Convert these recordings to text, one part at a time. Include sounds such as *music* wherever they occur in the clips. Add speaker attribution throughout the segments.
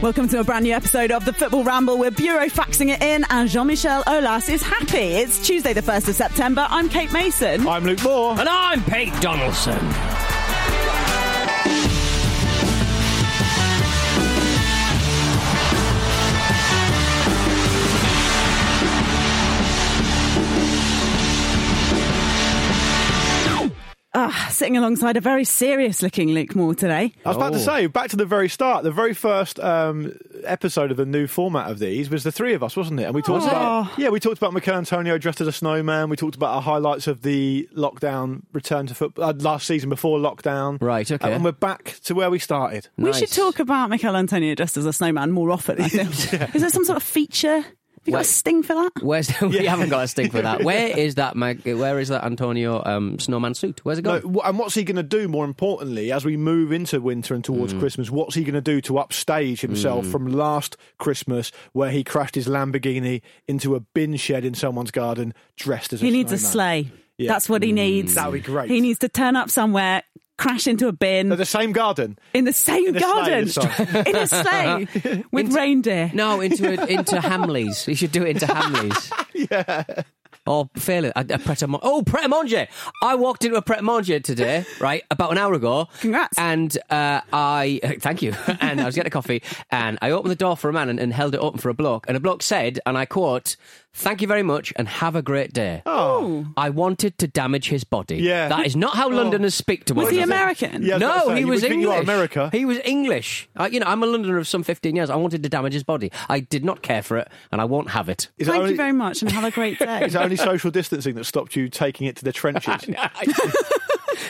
Speaker 1: Welcome to a brand new episode of the Football Ramble. We're bureau faxing it in, and Jean Michel Olas is happy. It's Tuesday, the 1st of September. I'm Kate Mason.
Speaker 2: I'm Luke Moore.
Speaker 3: And I'm Pete Donaldson. *laughs*
Speaker 1: Ah, sitting alongside a very serious looking Luke Moore today.
Speaker 2: I was about to
Speaker 3: Oh.
Speaker 2: say, back to the very start, the very first um, episode of the new format of these was the three of us, wasn't it? And we talked
Speaker 1: Was it?
Speaker 2: about yeah, we talked about Mikel Antonio dressed as a snowman. We talked about our highlights of the lockdown return to football uh, last season before lockdown.
Speaker 3: Right, okay.
Speaker 2: and we're back to where we started.
Speaker 1: We should talk about Michael Antonio dressed as a snowman more often, I
Speaker 2: *laughs*
Speaker 1: think. Is there some sort of feature? Have you got a
Speaker 3: Wait.
Speaker 1: sting for that?
Speaker 3: Where's *laughs* we haven't got a stick for
Speaker 1: *laughs*
Speaker 3: that. Where is that Mag- where is that Antonio um, snowman suit? Where's it
Speaker 2: No,
Speaker 3: gone?
Speaker 2: wh- and what's he going to do? More importantly, as we move into winter and
Speaker 1: Mm.
Speaker 2: towards Christmas, what's he going to do to upstage himself from last Christmas, where he crashed his Lamborghini into a bin shed in someone's garden, dressed as a
Speaker 1: He needs a
Speaker 2: snowman?
Speaker 1: sleigh.
Speaker 2: Yeah.
Speaker 1: That's what he needs.
Speaker 2: That would be great.
Speaker 1: He needs to turn up somewhere, crash into a bin
Speaker 2: At the same garden.
Speaker 1: in the same
Speaker 2: a sleigh
Speaker 1: garden,
Speaker 2: this time.
Speaker 1: *laughs* in a sleigh
Speaker 2: *laughs*
Speaker 1: with reindeer.
Speaker 3: No, into a, into Hamleys. You should do it into Hamleys.
Speaker 1: *laughs*
Speaker 3: yeah. Or fail it. A, a pret a oh, pret a manger. I walked into a pret a manger today, right, about an hour ago.
Speaker 1: Congrats.
Speaker 3: And uh, I, *laughs* thank you. And I was getting a coffee and I opened the door for a man and, and held it open for a bloke. And a bloke said, and I quote, thank you very much and have a great day.
Speaker 2: Oh.
Speaker 3: I wanted to damage his body.
Speaker 2: Yeah.
Speaker 3: That is not how Londoners speak to
Speaker 1: Oh. Was
Speaker 3: one
Speaker 1: he
Speaker 3: another.
Speaker 1: American?
Speaker 2: Yeah. I was
Speaker 3: No,
Speaker 2: gonna say,
Speaker 3: he
Speaker 2: you
Speaker 3: was
Speaker 2: would
Speaker 3: English.
Speaker 2: think you are America.
Speaker 3: He was English. I, you know, I'm a Londoner of some 15 years. I wanted to damage his body. I did not care for it, and I won't
Speaker 2: *laughs*
Speaker 3: have it.
Speaker 2: Is it
Speaker 1: Thank
Speaker 2: only-
Speaker 1: you very much and have a
Speaker 2: *laughs*
Speaker 1: great day.
Speaker 2: Is it only social distancing that stopped you taking it to
Speaker 1: *laughs*
Speaker 2: the trenches?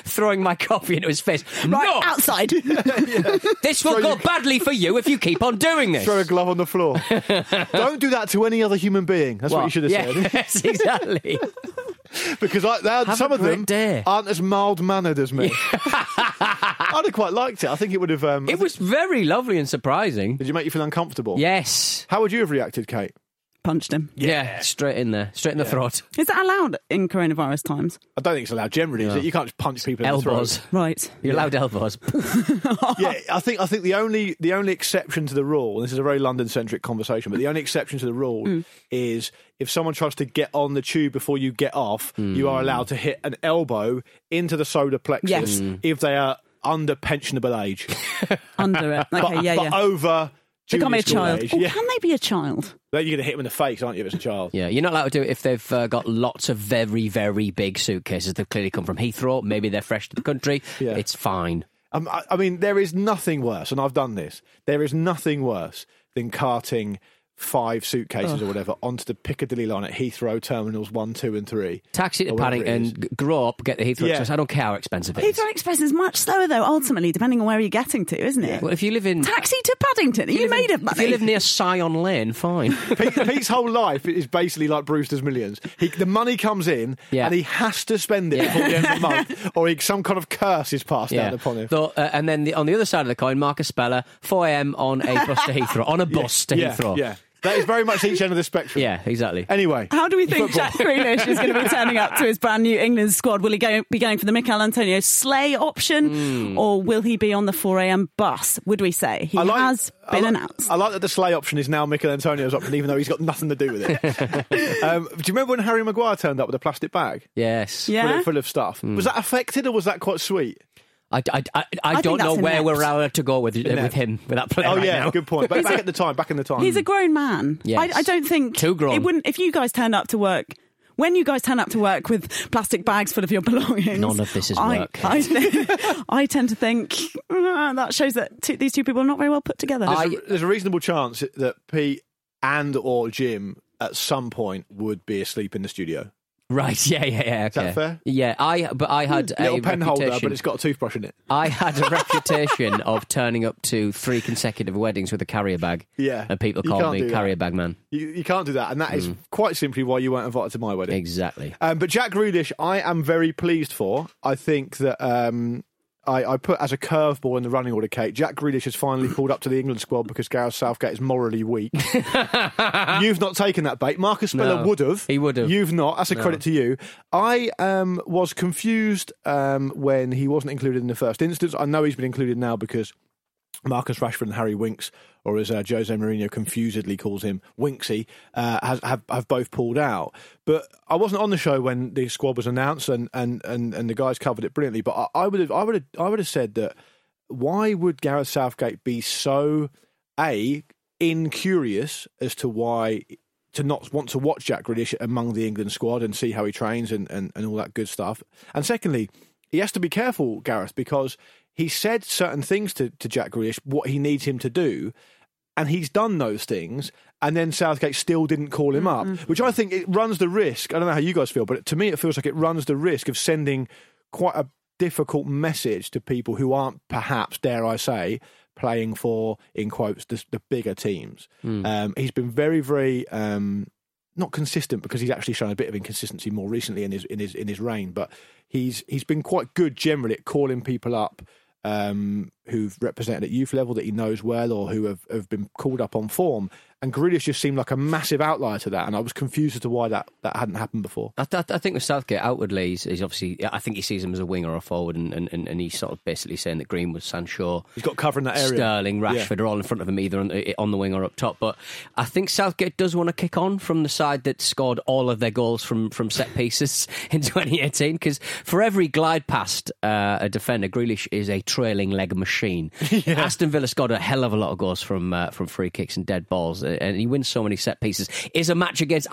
Speaker 3: Throwing my coffee into his face.
Speaker 1: right
Speaker 3: no,
Speaker 2: *laughs*
Speaker 1: outside.
Speaker 3: this will
Speaker 2: Throw
Speaker 3: go
Speaker 2: your-
Speaker 3: badly for you if you keep on doing this.
Speaker 2: Throw a glove on
Speaker 1: *laughs*
Speaker 2: the floor. Don't do that to any other human being. That's what, you should have
Speaker 3: yeah,
Speaker 2: said.
Speaker 3: *laughs* Yes, exactly.
Speaker 2: *laughs* Because I, they-
Speaker 3: a
Speaker 2: some of
Speaker 3: great
Speaker 2: them
Speaker 3: day.
Speaker 2: aren't as mild mannered as
Speaker 3: *laughs*
Speaker 2: me. *laughs* I'd have quite liked it. I think it would have. Um,
Speaker 3: it was very lovely and
Speaker 2: *laughs*
Speaker 3: surprising.
Speaker 2: Did you make you feel uncomfortable?
Speaker 3: Yes.
Speaker 2: How would you have reacted, Kate?
Speaker 1: Punched him.
Speaker 3: Yeah. straight in there, straight in the throat.
Speaker 1: Is that allowed in coronavirus times?
Speaker 2: I don't think it's allowed generally, is it? You can't just punch people in
Speaker 3: Elbows.
Speaker 2: the throat.
Speaker 1: Right.
Speaker 3: You're allowed elbows.
Speaker 2: Yeah, I think I think the only the only exception to the rule, and this is a very London centric conversation, but the only exception to the rule
Speaker 1: Mm.
Speaker 2: is if someone tries to get on the tube before you get off, you are allowed to hit an elbow into the solar plexus
Speaker 1: Mm. Yes. Mm.
Speaker 2: if they are under pensionable
Speaker 1: *laughs*
Speaker 2: age,
Speaker 1: Under it. Okay, yeah,
Speaker 2: *laughs* but
Speaker 1: yeah.
Speaker 2: over.
Speaker 1: they can't
Speaker 2: junior
Speaker 1: be a
Speaker 2: school
Speaker 1: child.
Speaker 2: Age.
Speaker 1: Oh,
Speaker 2: Yeah,
Speaker 1: Can they be a child?
Speaker 2: then you're gonna hit them in the face, aren't you? If it's a child.
Speaker 3: Yeah, you're not allowed to do it if they've uh, got lots of very, very big suitcases. They've clearly come from Heathrow. Maybe they're fresh to the country.
Speaker 2: *laughs* Yeah.
Speaker 3: It's fine.
Speaker 2: Um, I, I mean, there is nothing worse, and I've done this. There is nothing worse than carting five suitcases or whatever onto the Piccadilly line at Heathrow terminals one, two, and three.
Speaker 3: Taxi to
Speaker 2: or whatever it
Speaker 3: Paddington,
Speaker 2: is.
Speaker 3: g- grow up, get the Heathrow
Speaker 2: Yeah.
Speaker 3: Express. I don't care how expensive it is.
Speaker 1: Heathrow Express is much slower, though, ultimately, depending on where you're getting to, isn't it?
Speaker 3: Well, if you live in.
Speaker 1: Taxi to Paddington. Are you,
Speaker 3: if live in-
Speaker 1: made of
Speaker 3: If
Speaker 1: money?
Speaker 3: you live near Scion
Speaker 2: *laughs*
Speaker 3: Lane, fine.
Speaker 2: Pete, Pete's whole life is basically like Brewster's Millions. He, the money comes in,
Speaker 3: Yeah.
Speaker 2: and he has to spend it before the end
Speaker 3: *laughs*
Speaker 2: of the month, or he, some kind of curse is passed down upon him.
Speaker 3: Though, uh, and then the, on the other side of the coin, Marcus Speller, 4am on a bus
Speaker 2: *laughs*
Speaker 3: to Heathrow. On a bus to
Speaker 2: yeah,
Speaker 3: Heathrow.
Speaker 2: yeah, that is very much each end of the spectrum.
Speaker 3: Yeah, exactly.
Speaker 2: Anyway,
Speaker 1: How do we think Jack Grealish is going to be turning up to his brand new England squad? Will he go, be going for the Mikel Antonio Slay option, or will he be on the 4 a.m. bus? Would we say he has
Speaker 2: Hmm. I
Speaker 1: been
Speaker 2: like-
Speaker 1: announced?
Speaker 2: I like that the sleigh option is now Michael Antonio's option, even though he's got nothing to do with
Speaker 1: *laughs*
Speaker 2: it. um, do you remember when Harry Maguire turned up with a plastic bag?
Speaker 3: Yes.
Speaker 1: Yeah.
Speaker 2: Full, of, full of stuff.
Speaker 3: Hmm.
Speaker 2: Was that affected or was that quite sweet?
Speaker 3: I, I, I, I
Speaker 1: think
Speaker 3: don't know
Speaker 1: that's
Speaker 3: where
Speaker 1: inept.
Speaker 3: we're allowed to go with, uh, with
Speaker 2: Inept.
Speaker 3: him, with that player.
Speaker 2: oh,
Speaker 3: right
Speaker 2: yeah,
Speaker 3: now.
Speaker 2: good point. But back at the time, back in the time.
Speaker 1: He's a grown man.
Speaker 3: Mm. Yes.
Speaker 1: I, I don't think
Speaker 3: Too grown.
Speaker 1: It wouldn't if you guys turned up to work. When you guys turn up to work with plastic bags full of your *laughs* belongings,
Speaker 3: None of this is
Speaker 1: I,
Speaker 3: work.
Speaker 1: I, *laughs* think- I tend to think "Ah, that shows that two, these two people are not very well put together.
Speaker 3: I-
Speaker 2: There's a reasonable chance that Pete and or Jim at some point would be asleep in the studio.
Speaker 3: Right. *laughs* Yeah. Yeah. Yeah. Okay. Is
Speaker 2: that fair? Hmm,
Speaker 3: Yeah. I but I had a
Speaker 2: Little pen holder,
Speaker 3: reputation-
Speaker 2: but it's got a toothbrush in it.
Speaker 3: *laughs* I had a reputation of turning up to three consecutive weddings with a carrier bag.
Speaker 2: Yeah.
Speaker 3: And people
Speaker 2: *laughs* You
Speaker 3: called
Speaker 2: can't
Speaker 3: me
Speaker 2: do that.
Speaker 3: carrier bag man.
Speaker 2: You, you can't do that, and that is
Speaker 3: Hmm.
Speaker 2: quite simply why you weren't invited to my wedding.
Speaker 3: Exactly.
Speaker 2: Um, but Jack Grealish, I am very pleased for. I think that um, I, I put as a curveball in the running order, Kate. Jack Grealish has finally pulled up to the England squad because Gareth Southgate is morally weak. You've not taken that bait. Marcus Speller
Speaker 3: No,
Speaker 2: would have.
Speaker 3: he would have.
Speaker 2: You've not. That's a credit to you. I um, was confused um, when he wasn't included in the first instance. I know he's been included now because Marcus Rashford and Harry Winks, or as uh, Jose Mourinho confusedly calls him, Winksy, uh, has, have, have both pulled out. But I wasn't on the show when the squad was announced, and, and, and, and the guys covered it brilliantly. But I, I would have I would have I would have said that why would Gareth Southgate be so a incurious as to why to not want to watch Jack Grealish among the England squad and see how he trains and, and, and all that good stuff. And secondly, he has to be careful, Gareth, because he said certain things to, to Jack Grealish, what he needs him to do, and he's done those things, and then Southgate still didn't call him up, which I think it runs the risk. I don't know how you guys feel, but to me, it feels like it runs the risk of sending quite a difficult message to people who aren't perhaps, dare I say, playing for in quotes the, the bigger teams. Um, he's been very, very um, not consistent because he's actually shown a bit of inconsistency more recently in his in his in his reign. But he's he's been quite good generally at calling people up um, who've represented at youth level that he knows well or who have, have been called up on form. And Grealish just seemed like a massive outlier to that, and I was confused as to why that, that hadn't happened before.
Speaker 3: I, th- I think with Southgate outwardly, he's, he's obviously. I think he sees him as a winger or a forward, and, and, and and he's sort of basically saying that Greenwood, Sancho,
Speaker 2: He's got cover in that area.
Speaker 3: Sterling,
Speaker 2: Yeah.
Speaker 3: Rashford are all in front of him, either on, on the wing or up top. But I think Southgate does want to kick on from the side that scored all of their goals from, from set pieces *laughs* in 2018, because for every glide past uh, a defender, Grealish is a trailing leg
Speaker 2: *laughs*
Speaker 3: machine. Aston Villa scored a hell of a lot of goals from uh, from free kicks and dead balls, uh, and he wins so many set pieces. Is a match against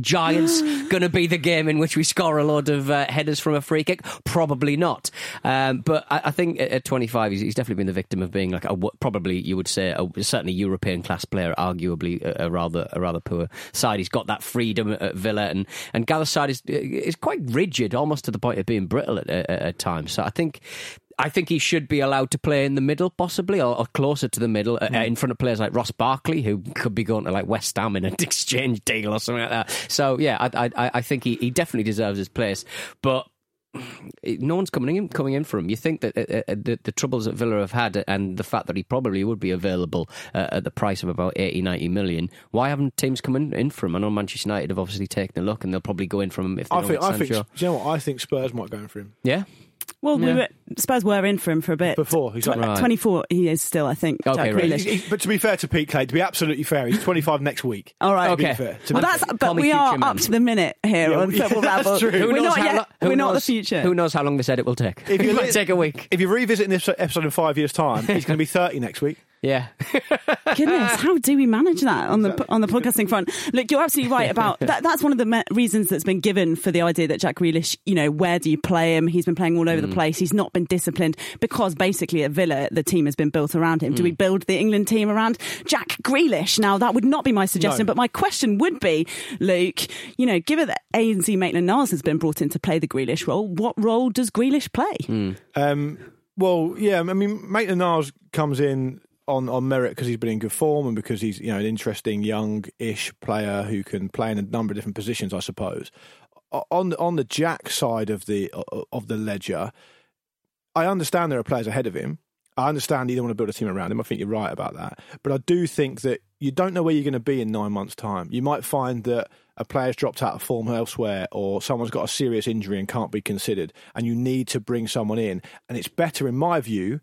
Speaker 2: *gasps*
Speaker 3: giants going to be the game in which we score a lot of uh, headers from a free kick? Probably not. Um, but I, I think at, at 25, he's, he's definitely been the victim of being like a, wo- probably you would say a, certainly European class player, arguably a, a rather a rather poor side. He's got that freedom at Villa, and and Gareth's side is is quite rigid, almost to the point of being brittle at, at, at times. So I think. I think he should be allowed to play in the middle, possibly, or, or closer to the middle, uh, in front of players like Ross Barkley, who could be going to like West Ham in an *laughs* exchange deal or something like that. So, yeah, I, I, I think he, he definitely deserves his place. But it- no one's coming in coming in for him. You think that uh, uh, the, the troubles that Villa have had and the fact that he probably would be available uh, at the price of about 80, 90 million, why haven't teams come in, in for him? I know Manchester United have obviously taken a look and they'll probably go in for him if they
Speaker 2: I
Speaker 3: don't
Speaker 2: think
Speaker 3: get
Speaker 2: I think
Speaker 3: Sancho.
Speaker 2: do you know what I think Spurs might go in for him
Speaker 3: Yeah?
Speaker 1: Well, we were, Spurs were in for him for a bit.
Speaker 2: before. He's like,
Speaker 1: At 24, he is still, I think,
Speaker 3: Okay,
Speaker 1: Jack
Speaker 3: right.
Speaker 1: Grealish.
Speaker 2: He- he- but to be fair to Pete Clay, to be absolutely fair, he's 25 next week.
Speaker 1: All right.
Speaker 2: To be
Speaker 3: Okay.
Speaker 2: fair, to
Speaker 1: Well,
Speaker 2: be
Speaker 1: that's,
Speaker 2: fair.
Speaker 1: but
Speaker 3: Call me
Speaker 1: we
Speaker 3: future
Speaker 1: are
Speaker 3: man.
Speaker 1: up to the minute here
Speaker 2: Yeah,
Speaker 1: on
Speaker 2: yeah,
Speaker 1: Football
Speaker 2: *laughs* that's
Speaker 1: Ramble.
Speaker 2: true. Who
Speaker 1: We're
Speaker 3: knows
Speaker 1: not
Speaker 3: how
Speaker 1: yet.
Speaker 3: lo- who
Speaker 1: we're not the
Speaker 3: knows-
Speaker 1: future.
Speaker 3: Who knows how long they said it will take?
Speaker 2: If you
Speaker 3: it might
Speaker 2: li-
Speaker 3: take a week.
Speaker 2: If you're revisiting this episode in five years' time, he's going to be 30 next week.
Speaker 3: Yeah.
Speaker 1: Goodness,
Speaker 2: Ah.
Speaker 1: how do we manage that on the on the podcasting front? Look, you're absolutely right about that. That's one of the me- reasons that's been given for the idea that Jack Grealish, you know, where do you play him? He's been playing all over
Speaker 2: Mm.
Speaker 1: the place. He's not been disciplined because basically at Villa the team has been built around him. Do
Speaker 2: Mm.
Speaker 1: we build the England team around Jack Grealish? Now that would not be my suggestion,
Speaker 2: No.
Speaker 1: but my question would be, Luke, you know, given that ANZ Maitland-Niles has been brought in to play the Grealish role, what role does Grealish play?
Speaker 2: Um, well, yeah, I mean, Maitland Niles comes in on, on merit because he's been in good form and because he's you know an interesting young-ish player who can play in a number of different positions, I suppose. O- On on the Jack side of the of the ledger, I understand there are players ahead of him. I understand you don't want to build a team around him. I think you're right about that. But I do think that you don't know where you're going to be in nine months' time. You might find that a player's dropped out of form elsewhere or someone's got a serious injury and can't be considered, and you need to bring someone in. And it's better, in my view,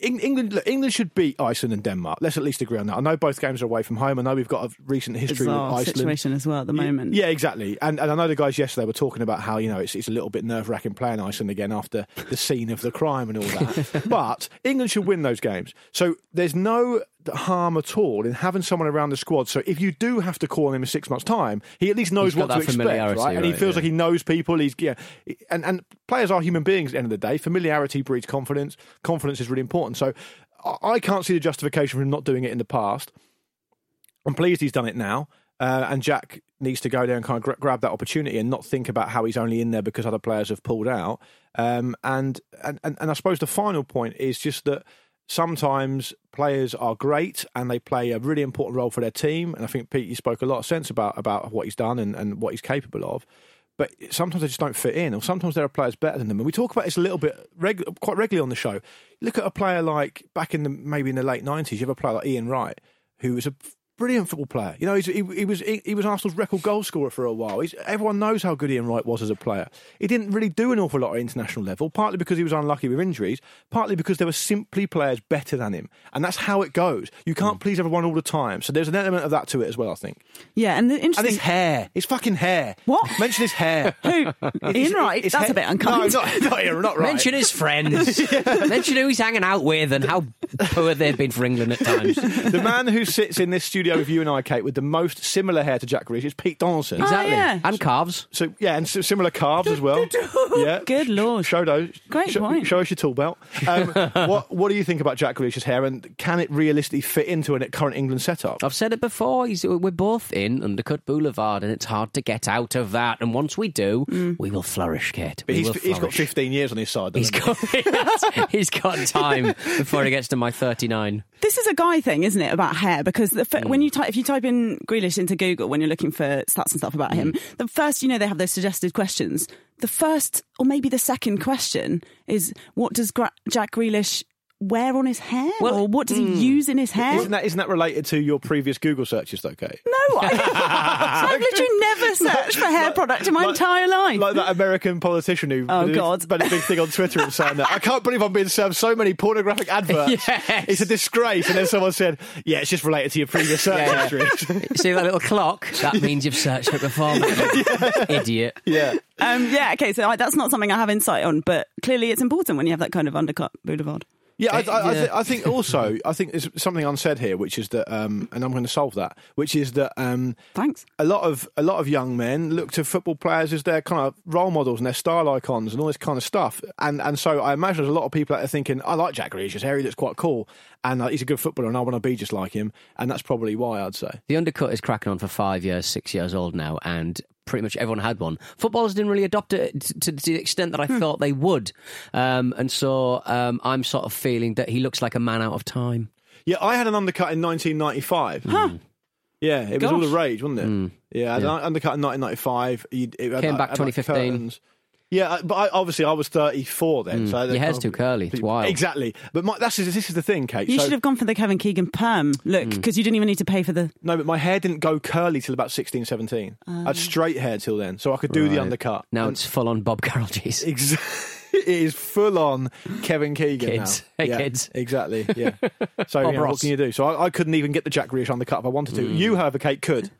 Speaker 2: Eng- England, look, England should beat Iceland and Denmark. Let's at least agree on that. I know both games are away from home. I know we've got a recent history with
Speaker 1: Bizarre
Speaker 2: Iceland.
Speaker 1: situation as well at the moment.
Speaker 2: Yeah, exactly. And, and I know the guys yesterday were talking about how you know it's, it's a little bit nerve wracking playing Iceland again after the scene of the crime and all
Speaker 3: *laughs*
Speaker 2: that. but England should win those games, so there's no harm at all in having someone around the squad. So if you do have to call him in six months' time, he at least knows
Speaker 3: He's got
Speaker 2: what to
Speaker 3: that
Speaker 2: expect, right?
Speaker 3: familiarity,
Speaker 2: And he
Speaker 3: right,
Speaker 2: feels
Speaker 3: yeah.
Speaker 2: like he knows people. He's yeah, and and players are human beings at the end of the day. Familiarity breeds confidence. Confidence is really important. So I- I can't see the justification for him not doing it in the past. I'm pleased he's done it now. Uh, and Jack needs to go there and kind of gra- grab that opportunity and not think about how he's only in there because other players have pulled out. Um, and, and, and and I suppose the final point is just that sometimes players are great and they play a really important role for their team. And I think Pete, you spoke a lot of sense about about what he's done and, and what he's capable of. But sometimes they just don't fit in, or sometimes there are players better than them. And we talk about this a little bit, regu- quite regularly on the show. Look at a player like back in the maybe in the late '90s. You have a player like Ian Wright, who was a brilliant football player. You know, he's, he, he was he, he was Arsenal's record goal scorer for a while. He's, everyone knows how good Ian Wright was as a player. He didn't really do an awful lot at international level, partly because he was unlucky with injuries, partly because there were simply players better than him, and that's how it goes. You can't
Speaker 1: Mm.
Speaker 2: please everyone all the time, so there's an element of that to it as well. I think.
Speaker 1: Yeah, and the
Speaker 2: And his
Speaker 1: interesting.
Speaker 2: hair, his fucking hair.
Speaker 1: What?
Speaker 2: Mention his hair.
Speaker 1: *laughs*
Speaker 2: *laughs*
Speaker 1: Who? Ian Wright?
Speaker 2: His
Speaker 1: That's
Speaker 2: hair-
Speaker 1: a bit unkind.
Speaker 2: No, not, not, Ian, not right.
Speaker 3: Mention
Speaker 2: *laughs*
Speaker 3: his friends. Mention who he's hanging out with and how poor they've been for England at
Speaker 1: *laughs*
Speaker 3: times.
Speaker 1: Oh,
Speaker 2: the man who sits in this studio with you and I, Kate, with the most similar hair to Jack Grealish is Pete Donaldson.
Speaker 3: Exactly.
Speaker 1: yeah.
Speaker 3: And calves.
Speaker 2: So yeah, and s- similar carbs as well. yeah,
Speaker 1: Good lord.
Speaker 2: Show those.
Speaker 1: Great
Speaker 2: show,
Speaker 1: point.
Speaker 2: Show us your tool belt.
Speaker 1: *laughs*
Speaker 2: Um, what What do you think about Jack Grealish's hair, and can it realistically fit into a current England setup?
Speaker 3: I've said it before. He's, we're both in Undercut Boulevard, and it's hard to get out of that. And once we do, we will flourish, Kate.
Speaker 2: But
Speaker 3: We
Speaker 2: he's,
Speaker 3: will
Speaker 2: he's got
Speaker 3: flourish.
Speaker 2: 15 years on his side.
Speaker 3: He's
Speaker 2: doesn't he?
Speaker 3: got, *laughs* he's got time before he gets to my 39.
Speaker 1: This is a guy thing, isn't it, about hair? Because the,
Speaker 2: Hmm.
Speaker 1: f- when you type, if you type in Grealish into Google when you're looking for stats and stuff about him,
Speaker 2: Hmm.
Speaker 1: the first, you know, they have those suggested questions. The first, or maybe the second question, is what does Gra- Jack Grealish wear on his hair,
Speaker 3: Well,
Speaker 1: or what does he use in his hair?
Speaker 2: hmm. Isn't that isn't that related to your previous Google searches though, Kate?
Speaker 1: No, I,
Speaker 2: *laughs*
Speaker 1: *laughs* I've literally never searched for hair product in my
Speaker 2: like-
Speaker 1: entire life.
Speaker 2: Like that American politician who
Speaker 1: Oh,
Speaker 2: did-
Speaker 1: God.
Speaker 2: made a big thing on Twitter and saying that I can't believe I'm being served so many pornographic
Speaker 1: *laughs*
Speaker 2: adverts.
Speaker 3: Yes.
Speaker 2: It's a disgrace. And then someone said, "Yeah, it's just related to
Speaker 1: *laughs*
Speaker 2: your previous search
Speaker 3: Yeah, yeah.
Speaker 2: history." *laughs*
Speaker 3: See that little clock? That means you've searched it before, idiot.
Speaker 2: yeah.
Speaker 1: um, yeah, okay, so I, that's not something I have insight on, but clearly it's important when you have that kind of undercut boulevard.
Speaker 2: Yeah, I, I, I,
Speaker 3: Yeah.
Speaker 2: th- I think also I think there's something unsaid here, which is that, um, and I'm going to solve that, which is that um,
Speaker 1: Thanks.
Speaker 2: a lot of a lot of young men look to football players as their kind of role models and their style icons and all this kind of stuff. And and so I imagine there's a lot of people out there thinking, I like Jack Grealish, his hair he looks quite cool, and uh, he's a good footballer, and I want to be just like him. And that's probably why I'd say.
Speaker 3: The undercut is cracking on for five years, six years old now, and pretty much everyone had one. Footballers didn't really adopt it t- to, the extent that I thought they would. Um, and so um, I'm sort of feeling that he looks like a man out of time.
Speaker 2: Yeah, I had an undercut in 1995.
Speaker 3: Hmm.
Speaker 2: Yeah, it was all the
Speaker 1: Gosh.
Speaker 2: rage, wasn't it? Yeah, I had an undercut in 1995. You- it had
Speaker 3: Came
Speaker 2: like-
Speaker 3: back
Speaker 2: had like
Speaker 3: 2015.
Speaker 2: curtains. Yeah, I- but I, obviously I was 34 then. So
Speaker 3: Hmm. Your hair's too curly. It's wild.
Speaker 2: Exactly. But my, that's this is the thing, Kate.
Speaker 1: You
Speaker 2: so,
Speaker 1: should have gone for the Kevin Keegan perm look, because you didn't even need to pay for the
Speaker 2: No, but my hair didn't go curly till about 16, 17. I had straight hair till then, so I could do the
Speaker 3: Ah. Right.
Speaker 2: undercut.
Speaker 3: Now it's full on Bob Carroll cheese.
Speaker 2: *laughs* Ex- it is full on Kevin Keegan
Speaker 3: Kids. *laughs*
Speaker 2: now.
Speaker 3: Hey,
Speaker 2: yeah,
Speaker 3: kids.
Speaker 2: Exactly.
Speaker 3: *laughs*
Speaker 2: Yeah. So you know, what
Speaker 3: Ross.
Speaker 2: can you do? So I, I couldn't even get the Jack Grealish undercut if I wanted
Speaker 3: Hmm.
Speaker 2: to. You, however, Kate, could.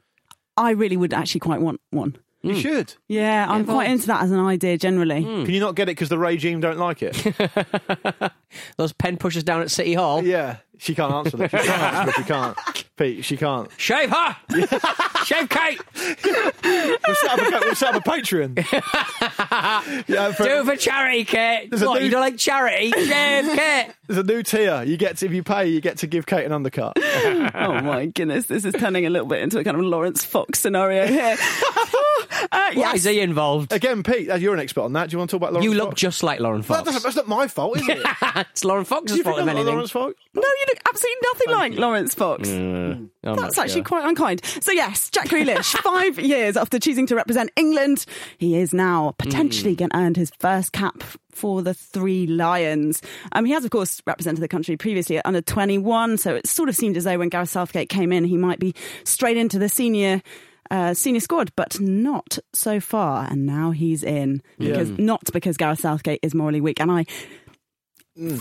Speaker 1: I really would actually quite want one.
Speaker 2: You
Speaker 3: Hmm.
Speaker 2: should.
Speaker 1: Yeah, I'm quite into that as an idea generally.
Speaker 2: Can you not get it because the regime don't like
Speaker 3: *laughs*
Speaker 2: it?
Speaker 3: Those pen pushers down at City Hall.
Speaker 2: yeah. She can't answer
Speaker 3: *laughs*
Speaker 2: that. She can't. answer that. She can't. Pete, she can't.
Speaker 3: Shave her! *laughs* Shave Kate!
Speaker 2: We'll set up a, we'll set up a Patreon.
Speaker 3: *laughs*
Speaker 2: yeah, for-
Speaker 3: Do it for charity, Kate!
Speaker 2: a
Speaker 3: What,
Speaker 2: new-
Speaker 3: you don't like charity?
Speaker 2: *laughs*
Speaker 3: Shave Kate!
Speaker 2: there's a new tier. You get to, if you pay, you get to give Kate an undercut.
Speaker 1: Oh my goodness, this is turning a little bit into a kind of Lawrence Fox scenario here. uh,
Speaker 3: Why is
Speaker 1: yes.
Speaker 3: he involved?
Speaker 2: Again, Pete, you're an expert on that. Do you want to talk about Lawrence
Speaker 3: You look
Speaker 2: Fox?
Speaker 3: just like Lauren
Speaker 2: That
Speaker 3: Fox.
Speaker 2: doesn't- that's not my fault,
Speaker 3: *laughs*
Speaker 2: is it? Do
Speaker 3: it's Lauren Fox's
Speaker 2: you think
Speaker 3: fault, if
Speaker 2: I'm not
Speaker 3: anything.
Speaker 2: Lawrence Fox?
Speaker 1: No, you look absolutely nothing like Lawrence Fox.
Speaker 3: I'm
Speaker 1: That's
Speaker 3: not
Speaker 1: actually
Speaker 3: sure.
Speaker 1: quite unkind. So, yes, Jack Grealish, five years after choosing to represent England, he is now potentially going to earn his first cap for the Three Lions. Um, he has, of course, represented the country previously at under 21, so it sort of seemed as though when Gareth Southgate came in, he might be straight into the senior. Uh, senior squad, but not so far. And now he's in because not because Gareth Southgate is morally weak. And I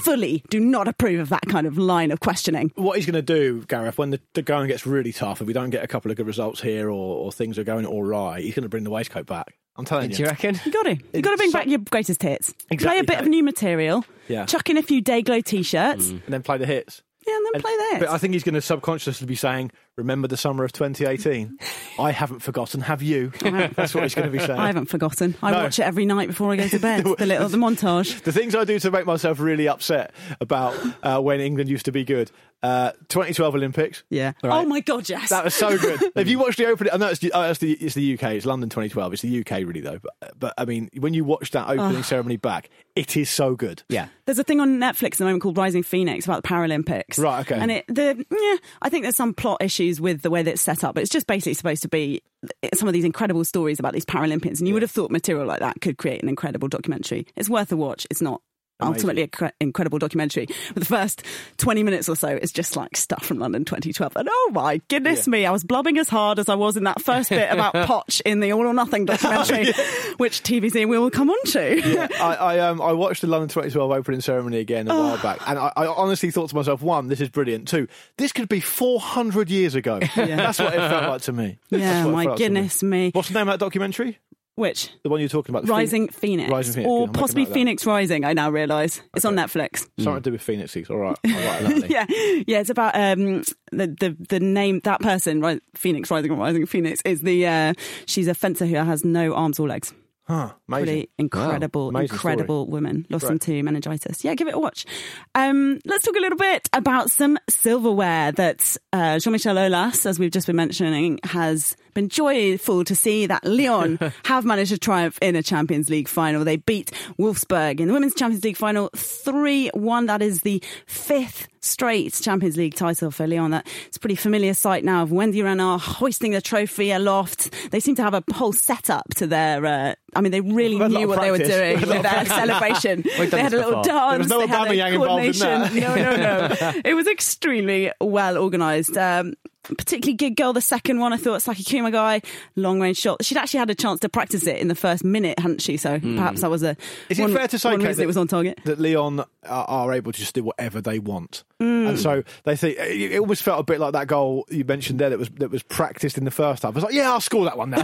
Speaker 1: fully do not approve of that kind of line of questioning.
Speaker 2: What he's going to do, Gareth, when the, the going gets really tough, if we don't get a couple of good results here or, or things are going all right, he's going to bring the waistcoat back. I'm telling
Speaker 3: Do
Speaker 2: you.
Speaker 3: you reckon? *laughs*
Speaker 1: You got to. You got to bring back your greatest hits. play
Speaker 2: Exactly,
Speaker 1: a bit of
Speaker 2: Kate.
Speaker 1: new material.
Speaker 2: Yeah.
Speaker 1: Chuck in a few day glow t-shirts.
Speaker 2: And then play the hits.
Speaker 1: Yeah, and then play
Speaker 2: Mm. But
Speaker 1: theirs.
Speaker 2: I think he's going to subconsciously be saying, Remember the summer of 2018? I haven't forgotten, have you? That's what he's going to be
Speaker 1: I
Speaker 2: saying.
Speaker 1: haven't forgotten. I
Speaker 2: No.
Speaker 1: watch it every night before I go to
Speaker 2: *laughs*
Speaker 1: bed. the little the montage.
Speaker 2: The things I do to make myself really upset about uh, when England used to be good. Uh, 2012 Olympics.
Speaker 1: Yeah.
Speaker 2: right.
Speaker 1: Oh my god, yes.
Speaker 2: That was so good. If you watch the opening, I know it's the, oh, it's the it's the UK, it's London 2012, it's the UK really though. But but I mean, when you watch that opening ceremony back, it is so good.
Speaker 3: Yeah.
Speaker 1: There's a thing on Netflix at the moment called Rising Phoenix about the Paralympics.
Speaker 2: Right, okay.
Speaker 1: And it, the yeah, I think there's some plot issues with the way that it's set up, but it's just basically supposed to be eh, some of these incredible stories about these Paralympians. And you would have thought material like that could create an incredible documentary. It's worth a watch. It's not ultimately an incredible documentary. But the first 20 minutes or so is just like stuff from London 2012. And oh my goodness me, I was blubbing as hard as I was in that first bit
Speaker 2: *laughs*
Speaker 1: about Potch in the All or Nothing
Speaker 2: Oh,
Speaker 1: documentary, which TVZ we will come on to. *laughs*
Speaker 2: I, I, um, I watched the London 2012 opening ceremony again a while back, and I, I honestly thought to myself, one, this is brilliant. Two, this could be 400
Speaker 1: *laughs*
Speaker 2: years ago. That's what it felt like to me. That's
Speaker 1: Yeah,
Speaker 2: what it
Speaker 1: my
Speaker 2: felt like to me.
Speaker 1: goodness me.
Speaker 2: What's the name of that documentary?
Speaker 1: Which?
Speaker 2: The one you're talking about, the
Speaker 1: Rising
Speaker 2: Phoenix-
Speaker 1: Phoenix,
Speaker 2: Rising Phoenix. Good,
Speaker 1: or
Speaker 2: I'm making
Speaker 1: possibly
Speaker 2: note of that.
Speaker 1: Phoenix Rising. I now realise it's on Netflix. *laughs*
Speaker 2: Something to do with phoenixes. All right, I'll write that down.
Speaker 1: Yeah, yeah. It's about um, the, the the name that person, right? Phoenix Rising, Rising Phoenix is the uh, she's a fencer who has no arms or legs.
Speaker 2: Huh, amazing.
Speaker 1: Pretty incredible,
Speaker 2: Amazing
Speaker 1: incredible woman lost
Speaker 2: Right.
Speaker 1: into meningitis. Yeah, give it a watch. Um, let's talk a little bit about some silverware that uh, Jean-Michel Aulas, as we've just been mentioning, has been joyful to see that
Speaker 2: *laughs*
Speaker 1: Lyon have managed to triumph in a Champions League final. They beat Wolfsburg in the Women's Champions League final 3-1. That is the fifth straight Champions League title for Lyon. That it's a pretty familiar sight now of Wendy Renard hoisting the trophy aloft. They seem to have a whole setup to their. Uh, I mean, they really
Speaker 2: Had a lot
Speaker 1: knew
Speaker 2: of
Speaker 1: what they were
Speaker 2: practice.
Speaker 1: doing with their
Speaker 2: *laughs*
Speaker 1: celebration.
Speaker 3: We've done
Speaker 1: They had a
Speaker 3: this
Speaker 1: little
Speaker 3: before.
Speaker 1: dance.
Speaker 2: There was no
Speaker 1: they had a
Speaker 2: Aubameyang involved in that. *laughs*
Speaker 1: coordination. No, no, no. it was extremely well organised. Um, particularly Gig Girl, the second one, I thought Saki Kuma guy, long range shot. She'd actually had a chance to practice it in the first minute, hadn't she? So perhaps that was a.
Speaker 2: Hmm. Is it
Speaker 1: one,
Speaker 2: fair to say,
Speaker 1: one
Speaker 2: Kate,
Speaker 1: reason
Speaker 2: that-
Speaker 1: it was on target?
Speaker 2: that Leon are, are able to just do whatever they want,
Speaker 1: Mm.
Speaker 2: and so they think it it almost felt a bit like that goal you mentioned there that was that was practiced in the first half. I was like, yeah, I'll score
Speaker 1: *laughs*
Speaker 2: that one now.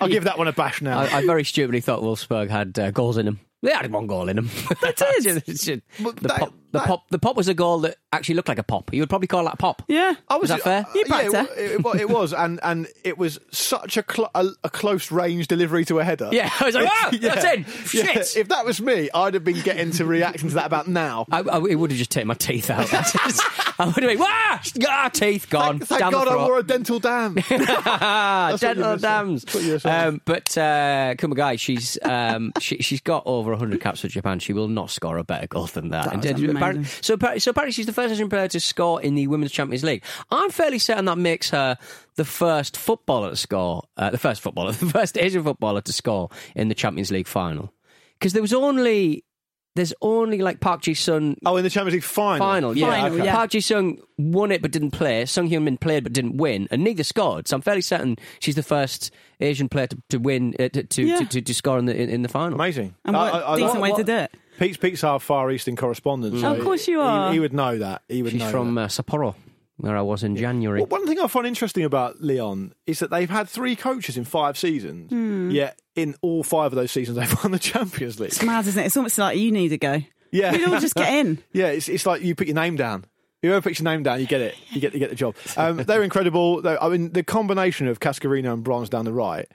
Speaker 2: I'll give that one a bash now.
Speaker 3: I, I very stupidly thought Wolfsburg had uh, goals in them. They had one
Speaker 2: *laughs*
Speaker 3: goal in them. They *laughs*
Speaker 1: did.
Speaker 3: the,
Speaker 2: But that-
Speaker 3: pop, the
Speaker 2: that-
Speaker 3: pop, the pop was a goal that actually looked like a pop. You would probably call that a pop.
Speaker 1: Yeah.
Speaker 2: I was
Speaker 3: Is that fair?
Speaker 2: uh,
Speaker 1: You
Speaker 2: yeah, it,
Speaker 1: packed
Speaker 2: wa- it, wa- it was, and and it was such a, cl- a, a close range delivery to a header.
Speaker 3: Yeah, I was like, "Wow, that's
Speaker 2: *laughs*
Speaker 3: it.
Speaker 2: Yeah,
Speaker 3: Shit."
Speaker 2: If that was me, I'd have been getting to reacting to that about
Speaker 3: *laughs*
Speaker 2: now.
Speaker 3: I, I- it would have just taken my teeth out. *laughs* I just- I would have been, wah! *laughs* Ah, teeth gone.
Speaker 2: Thank, thank
Speaker 3: down the
Speaker 2: God I
Speaker 3: throat.
Speaker 2: wore a dental
Speaker 3: *laughs*
Speaker 2: dam.
Speaker 3: Ah,
Speaker 2: That's what you
Speaker 3: dental
Speaker 2: were saying.
Speaker 3: dams.
Speaker 2: That's what you were saying.
Speaker 3: Um, but uh, Kumagai, she's um, she, she's got over 100 caps for Japan. She will not score a better goal than that.
Speaker 1: That
Speaker 3: And,
Speaker 1: was
Speaker 3: uh,
Speaker 1: amazing.
Speaker 3: apparently- so, apparently, so apparently, she's the first Asian player to score in the Women's Champions League. I'm fairly certain that makes her the first footballer to score, uh, the first footballer, *laughs* the first Asian footballer to score in the Champions League final. Because there was only. There's only like Park Ji Sun
Speaker 2: oh, in the Champions League final.
Speaker 3: final. Yeah,
Speaker 1: Final, yeah.
Speaker 3: Park Ji Sung won it but didn't play. Sung Hyun Min played but didn't win, and neither scored. So I'm fairly certain she's the first Asian player to, to win uh, to, to,
Speaker 1: Yeah.
Speaker 3: to, to, to score in the in, in the final.
Speaker 2: Amazing.
Speaker 1: And what
Speaker 2: I- I- I
Speaker 1: decent
Speaker 2: like-
Speaker 1: way to
Speaker 2: what-
Speaker 1: do it.
Speaker 2: Pete's Pete's our Far Eastern correspondent. so
Speaker 1: Of course you
Speaker 2: he-
Speaker 1: are.
Speaker 2: He, would know that. He would
Speaker 3: She's
Speaker 2: know
Speaker 3: from
Speaker 2: that.
Speaker 3: uh, Sapporo, where I was in January.
Speaker 2: Well, one thing I find interesting about Leon is that they've had three coaches in five seasons,
Speaker 3: Hmm.
Speaker 2: yet in all five of those seasons they've won the Champions
Speaker 3: *laughs*
Speaker 2: League.
Speaker 1: It's mad, isn't it? It's almost like you need to
Speaker 2: *laughs*
Speaker 1: go.
Speaker 2: Yeah.
Speaker 1: We'd all just get in.
Speaker 2: Yeah, it's, it's like you put your name down. Whoever puts your name down, you get it. You get you get the job. Um, they're incredible. Though I mean, the combination of Cascarino and Bronze down the right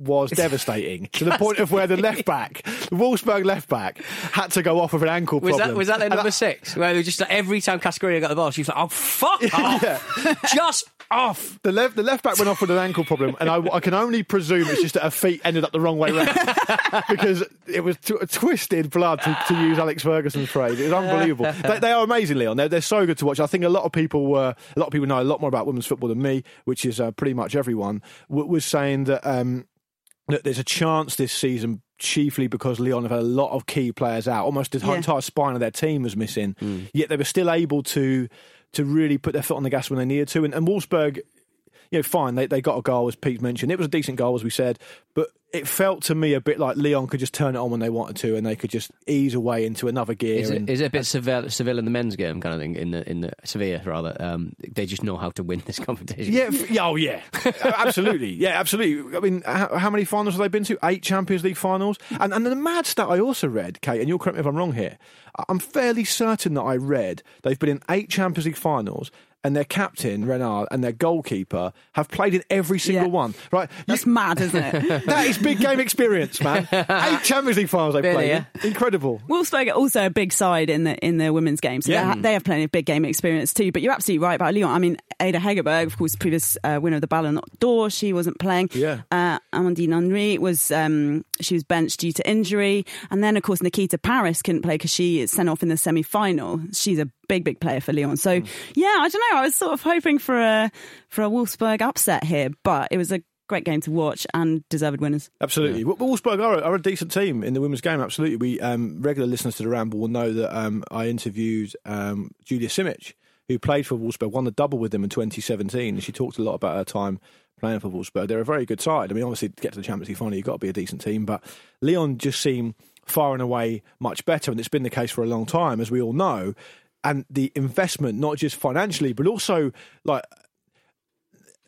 Speaker 2: was devastating to the point of where the left back, the Wolfsburg left back, had to go off with an ankle
Speaker 3: Was
Speaker 2: problem.
Speaker 3: that was that their
Speaker 2: And I-
Speaker 3: number six? Where they were just like, every time Cascarino got the ball, she was like, "Oh *laughs* fuck off,
Speaker 2: Yeah.
Speaker 3: just off."
Speaker 2: the left the left back went off with an ankle problem, and I, I can only presume it's just that her feet ended up the wrong way round because it was t- twisted blood to, to use Alex Ferguson's phrase. It was unbelievable. they, they are amazing, Leon. They're, they're so good to watch. I think a lot of people were a lot of people know a lot more about women's football than me, which is uh, pretty much everyone. W- was saying that. Um, that there's a chance this season, chiefly because Leon have had a lot of key players out. Almost the
Speaker 1: Yeah.
Speaker 2: entire spine of their team was missing. Yet they were still able to to really put their foot on the gas when they needed to. And, and Wolfsburg, you know, fine, they, they got a goal, as Pete mentioned. It was a decent goal, as we said, but it felt to me a bit like Leon could just turn it on when they wanted to and they could just ease away into another gear.
Speaker 3: Is
Speaker 2: and,
Speaker 3: it, is it a bit Seville, Seville in the men's game kind of thing? In the in the Sevilla rather, um, they just know how to win this *laughs* competition.
Speaker 2: Yeah, f- yeah, oh
Speaker 3: *laughs*
Speaker 2: yeah, absolutely, yeah, absolutely. I mean, how, how many finals have they been to? Eight Champions League finals, and and the mad stat I also read, Kate, and you'll correct me if I'm wrong here. I- I'm fairly certain that I read they've been in eight Champions League finals. And their captain Renard and their goalkeeper have played in every single
Speaker 1: Yeah.
Speaker 2: one. Right, You-
Speaker 1: That's mad, isn't it?
Speaker 2: that is big game experience, man.
Speaker 3: *laughs*
Speaker 2: Eight Champions League finals they
Speaker 3: Really,
Speaker 2: played.
Speaker 3: yeah.
Speaker 2: in. Incredible.
Speaker 1: Wolfsburg are also a big side in the in the women's game, so
Speaker 2: Yeah.
Speaker 1: they, ha- they have plenty of big game experience too. But you're absolutely right about Lyon. I mean, Ada Hegerberg, of course, previous uh, winner of the Ballon d'Or, she wasn't playing.
Speaker 2: Yeah.
Speaker 1: Uh, Amandine Henry was um, she was benched due to injury, and then of course Nikita Paris couldn't play because she is sent off in the semi final. She's a big big player for Lyon.
Speaker 2: Hmm.
Speaker 1: So yeah, I don't know. I was sort of hoping for a for a Wolfsburg upset here, but it was a great game to watch and deserved winners.
Speaker 2: Absolutely. Well, Wolfsburg are a, are a decent team in the women's game. Absolutely. We um, regular listeners to the ramble will know that um, I interviewed um, Julia Simic, who played for Wolfsburg, won the double with them in 2017. And she talked a lot about her time playing for Wolfsburg. They're a very good side. I mean, obviously, to get to the Champions League final, you've got to be a decent team. But Leon just seem far and away much better, and it's been the case for a long time, as we all know. And the investment, not just financially, but also like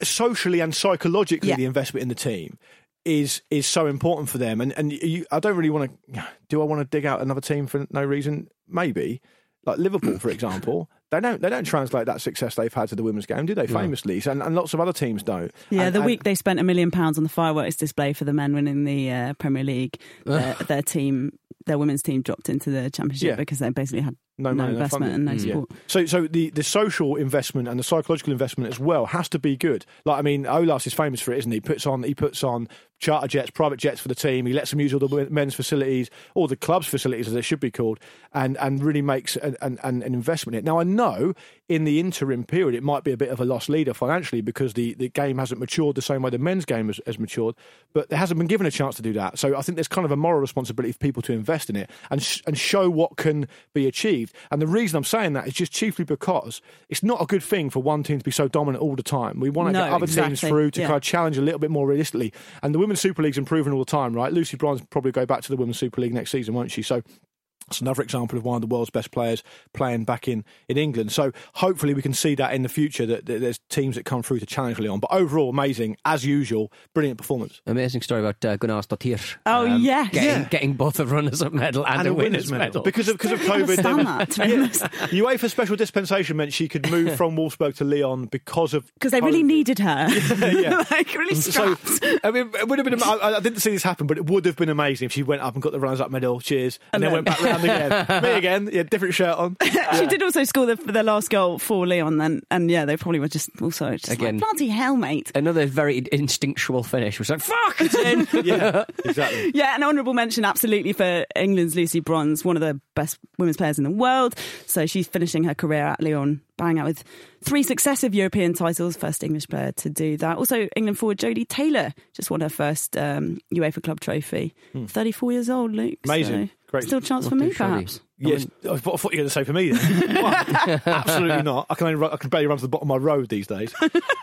Speaker 2: socially and psychologically
Speaker 1: Yeah.
Speaker 2: the investment in the team is is so important for them and and you, I don't really want to *sighs* do I want to dig out another team for no reason maybe like
Speaker 1: *clears throat*
Speaker 2: Liverpool for example they don't they don't translate that success they've had to the women's game do they famously So- and, and lots of other teams don't
Speaker 1: Yeah,
Speaker 2: And-
Speaker 1: the
Speaker 2: and-
Speaker 1: week they spent a million pounds on the fireworks display for the men winning the uh, Premier League, their, their team, their women's team dropped into the championship
Speaker 2: Yeah.
Speaker 1: because they basically had
Speaker 2: No
Speaker 1: no,
Speaker 2: money, no
Speaker 1: investment
Speaker 2: funding.
Speaker 1: and no
Speaker 2: Mm. Yeah.
Speaker 1: support.
Speaker 2: So, so the, the social investment and the psychological investment as well has to be good. Like, I mean, Olas is famous for it, isn't he? Puts on he puts on charter jets, private jets for the team. He lets them use all the wo- men's facilities, all the clubs' facilities as they should be called, and and really makes an, an, an an investment in it. Now, I know in the interim period it might be a bit of a lost leader financially because the, the game hasn't matured the same way the men's game has, has matured, but there hasn't been given a chance to do that. So I think there's kind of a moral responsibility for people to invest in it and sh- and show what can be achieved. And the reason I'm saying that is just chiefly because it's not a good thing for one team to be so dominant all the time. We want to
Speaker 1: No,
Speaker 2: get other teams
Speaker 1: exactly.
Speaker 2: through to
Speaker 1: Yeah.
Speaker 2: kind of challenge a little bit more realistically. And the Women's Super League's improving all the time, right? Lucy Bronze will probably go back to the Women's Super League next season, won't she? So it's another example of one of the world's best players playing back in, in England. So hopefully we can see that in the future that, that there's teams that come through to challenge Leon. But overall, amazing as usual, brilliant performance.
Speaker 3: Amazing story about uh, Gunnar Stottir.
Speaker 1: Oh, yes.
Speaker 3: Getting,
Speaker 2: Yeah.
Speaker 3: getting both a runners-up medal and, a winners' medal.
Speaker 2: because of because of
Speaker 1: I
Speaker 2: COVID.
Speaker 1: understand
Speaker 2: there-
Speaker 1: that, to be honest.
Speaker 2: UEFA special dispensation meant she
Speaker 1: *laughs*
Speaker 2: could move from Wolfsburg to Leon because of
Speaker 1: Because they really
Speaker 2: COVID.
Speaker 1: needed her.
Speaker 2: *laughs* yeah.
Speaker 1: *laughs* like, really
Speaker 2: So
Speaker 1: strapped.
Speaker 2: I mean, it would
Speaker 1: *laughs*
Speaker 2: have been. I, I didn't see this happen, but it would have been amazing if she went up and got the runners-up medal. Cheers, and, then,
Speaker 1: And
Speaker 2: went back
Speaker 1: *laughs*
Speaker 2: round again. Me again. Yeah, different shirt on.
Speaker 1: she did also score the, the last goal for Leon then. And yeah, they probably were just also just
Speaker 3: Again.
Speaker 1: like, bloody hell, mate.
Speaker 3: Another very instinctual finish. It was like, fuck, it's in.
Speaker 1: *laughs*
Speaker 2: Yeah, exactly.
Speaker 1: Yeah, an honourable mention absolutely for England's Lucy Bronze, one of the best women's players in the world. So she's finishing her career at Lyon, bang out with three successive European titles, first English player to do that. Also, England forward Jodie Taylor just won her first um, UEFA Club trophy. 34 years old, Luke.
Speaker 2: Hmm. Amazing.
Speaker 1: So
Speaker 2: Great.
Speaker 1: Still a chance for
Speaker 3: Well
Speaker 1: me,
Speaker 3: done, Jodie.
Speaker 1: perhaps. *laughs*
Speaker 2: Yes, I thought I thought you were going to say for me. Then.
Speaker 3: *laughs*
Speaker 2: One, absolutely not. I can only run, I can barely run to the bottom of my road these
Speaker 3: *laughs*
Speaker 2: days.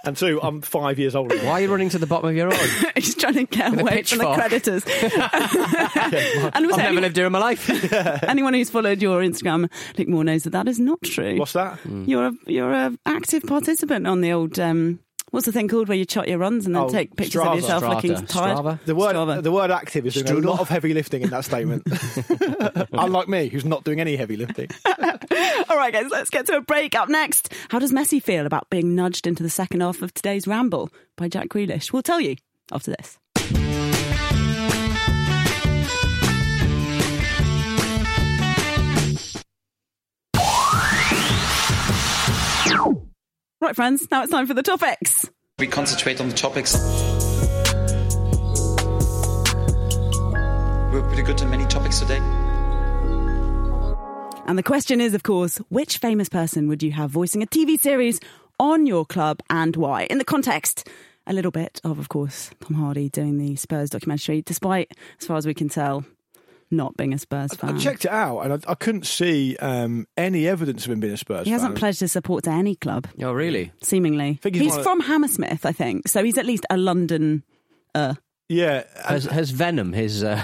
Speaker 2: And two, I'm five years older.
Speaker 3: Why are you running to the bottom
Speaker 1: *laughs*
Speaker 3: of your own?
Speaker 1: He's trying to get
Speaker 3: With a
Speaker 1: away from the
Speaker 2: *laughs*
Speaker 3: pitchfork.
Speaker 1: creditors. *laughs* and
Speaker 3: I've
Speaker 1: also,
Speaker 3: never
Speaker 1: any-
Speaker 3: lived here in my life.
Speaker 1: anyone who's followed your Instagram, Luke Moore, knows that that is not true.
Speaker 2: What's that?
Speaker 3: Mm.
Speaker 1: You're a you're a active participant on the old um, what's the thing called where you chart your runs and then
Speaker 2: Oh,
Speaker 1: take pictures
Speaker 2: Strava.
Speaker 1: of *laughs* yourself
Speaker 3: Strava.
Speaker 1: looking tired.
Speaker 3: Strava.
Speaker 2: The word
Speaker 1: Strava.
Speaker 2: the word active is doing a
Speaker 3: Strudel.
Speaker 2: lot of heavy lifting in that
Speaker 3: *laughs*
Speaker 2: statement. *laughs* Unlike me, who's not doing any heavy lifting.
Speaker 1: All right, guys, let's get to a break. Up next, how does Messi feel about being nudged into the second half of today's ramble by Jack Grealish? We'll tell you after this. Right, friends, now it's time for the topics.
Speaker 4: We concentrate on the topics. We're pretty good in many topics today.
Speaker 1: And the question is, of course, which famous person would you have voicing a TV series on your club and why? In the context, a little bit of, of course, Tom Hardy doing the Spurs documentary, despite, as far as we can tell, not being a Spurs fan.
Speaker 3: Mm.
Speaker 2: I checked it out and I, I couldn't see um, any evidence of him being a Spurs
Speaker 1: he hasn't
Speaker 2: fan.
Speaker 1: pledged his support to any club,
Speaker 3: Oh, really?
Speaker 1: seemingly.
Speaker 2: think he's
Speaker 1: he's
Speaker 2: one of-
Speaker 1: from Hammersmith, I think, so he's at least a London.
Speaker 2: yeah, and-
Speaker 3: Has, has Venom, his uh, *laughs*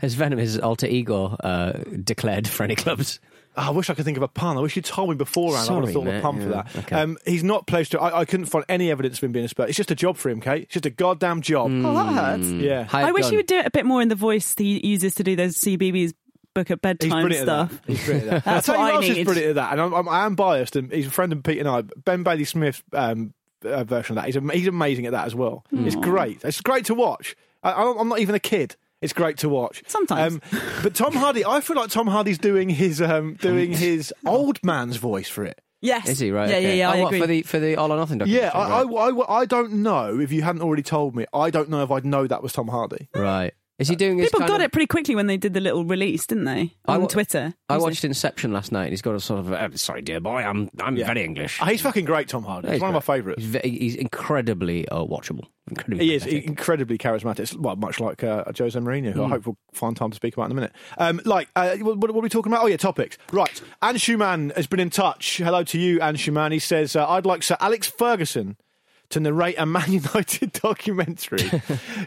Speaker 3: has Venom, his alter ego, uh, declared for any clubs?
Speaker 2: Oh, I wish I could think of a pun. I wish you'd told me beforehand. I would
Speaker 3: Sorry,
Speaker 2: have thought of a
Speaker 3: mate.
Speaker 2: pun for
Speaker 3: Yeah,
Speaker 2: that.
Speaker 3: okay.
Speaker 2: Um, he's not placed. To, I, I couldn't find any evidence of him being a Spurs. It's just a job for him, Kate. It's just a goddamn job.
Speaker 1: Oh, that hurts.
Speaker 2: Yeah.
Speaker 3: Hmm. Hired
Speaker 1: I wish
Speaker 3: gun.
Speaker 1: he would do it a bit more in the voice that he uses to do those CBBS book at
Speaker 2: He's
Speaker 1: bedtime
Speaker 2: brilliant
Speaker 1: stuff.
Speaker 2: at that. He's brilliant
Speaker 1: *laughs*
Speaker 2: at that.
Speaker 1: That's
Speaker 2: I'll tell
Speaker 1: what I
Speaker 2: you who else is
Speaker 1: need.
Speaker 2: brilliant at that. And I'm, I'm, I am biased. And he's a friend of Pete and I. Ben Bailey Smith's um, uh, version of that. He's, am- he's amazing at that as well. It's great. It's great to watch. I, I'm I'm not even a kid. It's great to watch. Um,
Speaker 1: Sometimes.
Speaker 2: but Tom Hardy, I feel like Tom Hardy's doing his um, doing his old man's voice for it.
Speaker 1: Yes.
Speaker 3: Is he right?
Speaker 1: Yeah,
Speaker 3: okay.
Speaker 1: yeah, yeah.
Speaker 3: Oh,
Speaker 1: I
Speaker 3: what,
Speaker 1: agree.
Speaker 3: for the for the All or Nothing documentary.
Speaker 2: Yeah, I, I, I, I don't know if you hadn't already told me. I don't know if I'd know that was Tom Hardy.
Speaker 3: right. Is he doing his
Speaker 1: People
Speaker 3: kind
Speaker 1: got
Speaker 3: of-
Speaker 1: it pretty quickly when they did the little release, didn't they?
Speaker 3: I
Speaker 1: On
Speaker 3: wa-
Speaker 1: Twitter.
Speaker 3: I watched Inception last night, and he's got a sort of uh, sorry, dear boy, I'm I'm very English.
Speaker 2: Oh, he's fucking great, Tom Hardy. He's,
Speaker 3: Yeah, he's
Speaker 2: one of my
Speaker 3: great.
Speaker 2: favourites.
Speaker 3: He's, ve- he's incredibly uh, watchable. Incredibly
Speaker 2: He is
Speaker 3: pathetic. Hmm.
Speaker 2: incredibly charismatic, It's, well, much like uh, Jose Mourinho, who I hope we'll find time to speak about in a minute. Um, like, uh, what, what are we talking about? Oh, yeah, topics. Right. Anshuman has been in touch. Hello to you, Anshuman. He says, uh, I'd like Sir Alex Ferguson to narrate a Man *laughs* United
Speaker 3: *laughs*
Speaker 2: documentary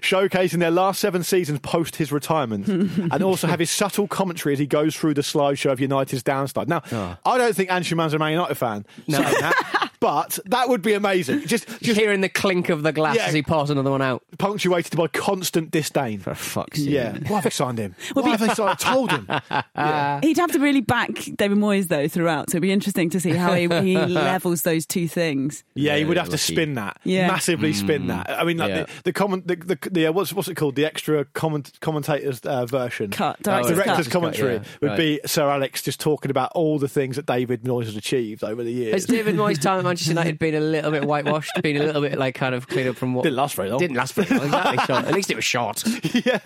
Speaker 2: showcasing their last seven seasons post his
Speaker 3: *laughs*
Speaker 2: retirement and also have his subtle commentary as he goes through the slideshow of United's downslide. Now,
Speaker 3: Ah.
Speaker 2: I don't think Anshuman's a Man United fan, saying
Speaker 3: *laughs*
Speaker 2: that, but that would be amazing. Just, just
Speaker 3: Just hearing the clink of the glass
Speaker 2: Yeah.
Speaker 3: as he pours another one out.
Speaker 2: punctuated by constant disdain.
Speaker 3: For fuck's sake.
Speaker 2: Yeah. Why have they signed him? Why have they signed I told
Speaker 3: *laughs*
Speaker 2: him. Yeah.
Speaker 1: He'd have to really back David Moyes though throughout, so it'd be interesting to see how he, he
Speaker 3: *laughs*
Speaker 1: levels those two things.
Speaker 2: Yeah, he
Speaker 3: Yeah,
Speaker 2: would have to
Speaker 3: lucky. Mm.
Speaker 2: spin that.
Speaker 1: Yeah.
Speaker 2: Massively spin that. I mean, like
Speaker 3: Yeah.
Speaker 2: the, the comment, the, the, the uh, what's, what's it called? The extra comment, commentator's uh, version.
Speaker 1: Cut,
Speaker 3: Oh,
Speaker 1: director's cut.
Speaker 2: Director's
Speaker 3: cut,
Speaker 2: commentary
Speaker 3: yeah.
Speaker 2: would be Sir Alex just talking about all the things that David Moyes has achieved over the years.
Speaker 3: Has David Moyes' time at Manchester United been a little bit whitewashed, been a little bit like kind of cleared up from what
Speaker 2: Didn't last very long.
Speaker 3: Didn't last very long, exactly. So at least it
Speaker 2: *laughs*
Speaker 3: was short. Yeah.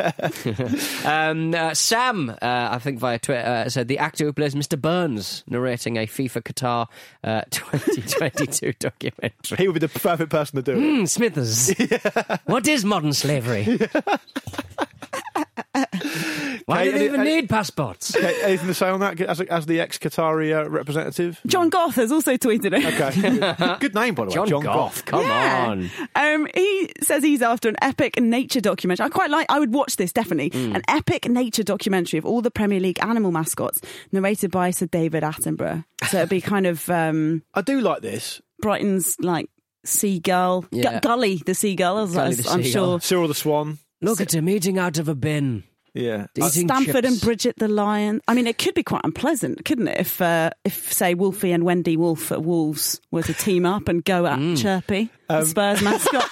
Speaker 3: *laughs* um, uh, Sam, uh, I think via Twitter, uh, said the actor who plays Mr. Burns narrating a FIFA Qatar uh, *laughs* 2022 documentary.
Speaker 2: he would be the perfect person to do it.
Speaker 3: Hmm, *laughs* Smithers, what is modern *laughs* slavery? Why do
Speaker 2: Kate, any-
Speaker 3: they even
Speaker 2: any-
Speaker 3: need passports?
Speaker 2: Okay, Anything to say on that as, as the ex Qatari uh, representative?
Speaker 1: John Goth has also tweeted it.
Speaker 2: Okay. Good name, by the way.
Speaker 3: *laughs* John,
Speaker 2: John
Speaker 3: Goff, come
Speaker 1: Yeah.
Speaker 3: on.
Speaker 1: Um, he says he's after an epic nature documentary. I quite like. I would watch this definitely.
Speaker 3: Mm.
Speaker 1: An epic nature documentary of all the Premier League animal mascots, narrated by Sir David Attenborough. So it'd be kind of um,
Speaker 2: I do like this.
Speaker 1: Brighton's like seagull, Gu-
Speaker 3: Yeah.
Speaker 1: Gully the seagull, as,
Speaker 3: Gully
Speaker 1: as
Speaker 3: the
Speaker 1: I'm sure.
Speaker 3: seagull.
Speaker 2: Cyril the Swan.
Speaker 3: Look at him eating out of a bin.
Speaker 2: Yeah.
Speaker 3: Eating
Speaker 1: Stanford
Speaker 3: chips.
Speaker 1: and Bridget the lion. I mean, it could be quite unpleasant, couldn't it? If uh, if say Wolfie and Wendy Wolf at Wolves were to team up and go at
Speaker 2: Mm.
Speaker 1: Chirpy,
Speaker 2: Um,
Speaker 1: the Spurs mascot.
Speaker 2: *laughs*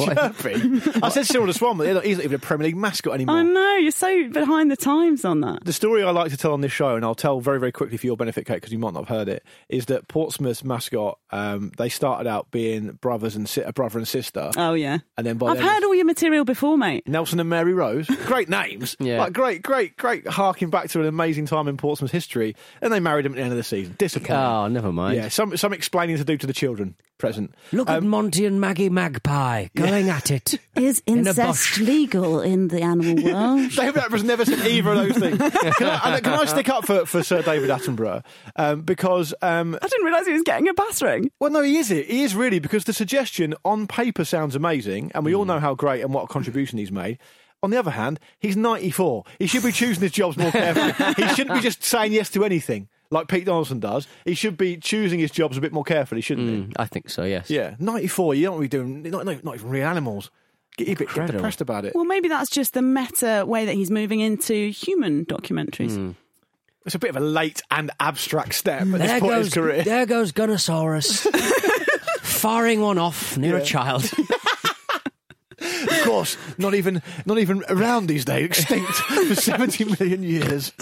Speaker 2: Chirpy. I said Cyril the Swan, but he's not even a Premier League mascot anymore.
Speaker 1: I know you're so behind the times on that.
Speaker 2: the story I like to tell on this show, and I'll tell very, very quickly for your benefit, Kate, because you might not have heard it, is that Portsmouth's mascot, um, they started out being brothers and si- a brother and sister,
Speaker 1: Oh yeah.
Speaker 2: and then by
Speaker 1: I've
Speaker 2: then
Speaker 1: heard all your material before, mate.
Speaker 2: Nelson and Mary Rose, great names,
Speaker 3: Yeah.
Speaker 2: like great, great, great, harking back to an amazing time in Portsmouth's history, and they married him at the end of the season. Disappointing.
Speaker 3: *laughs* Oh, never mind. Um,
Speaker 2: yeah, some some explaining to do to the children present.
Speaker 3: Look at Monty and Maggie Magpie going at it.
Speaker 1: Is
Speaker 3: a incest bush.
Speaker 1: legal in the *laughs* animal world?
Speaker 2: David Attenborough's never said either of those
Speaker 3: *laughs*
Speaker 2: things. Can I, can I stick up for, for Sir David Attenborough? Um, because um,
Speaker 1: I didn't realise he was getting a battering.
Speaker 2: Well, no, he is it. He is really because the suggestion on paper sounds amazing, and we
Speaker 3: Hmm.
Speaker 2: all know how great and what a contribution he's made. On the other hand, he's 94. He should be choosing his jobs more carefully. he shouldn't be just saying yes to anything like Pete Donaldson does. He should be choosing his jobs a bit more carefully, shouldn't
Speaker 3: *laughs* I think so, yes.
Speaker 2: he? Yeah, 94. You don't want to be doing not, not, not even real animals. Get, you a bit, get
Speaker 3: Incredible.
Speaker 2: depressed about it.
Speaker 1: Well, maybe that's just the meta way that he's moving into human documentaries.
Speaker 2: Hmm. It's a bit of a late and abstract step at this
Speaker 3: There
Speaker 2: point in
Speaker 3: goes,
Speaker 2: his career.
Speaker 3: there goes Gunnosaurus. *laughs* Firing one off near a *laughs* child.
Speaker 2: Of course, not even not even around these days, extinct for 70 million years.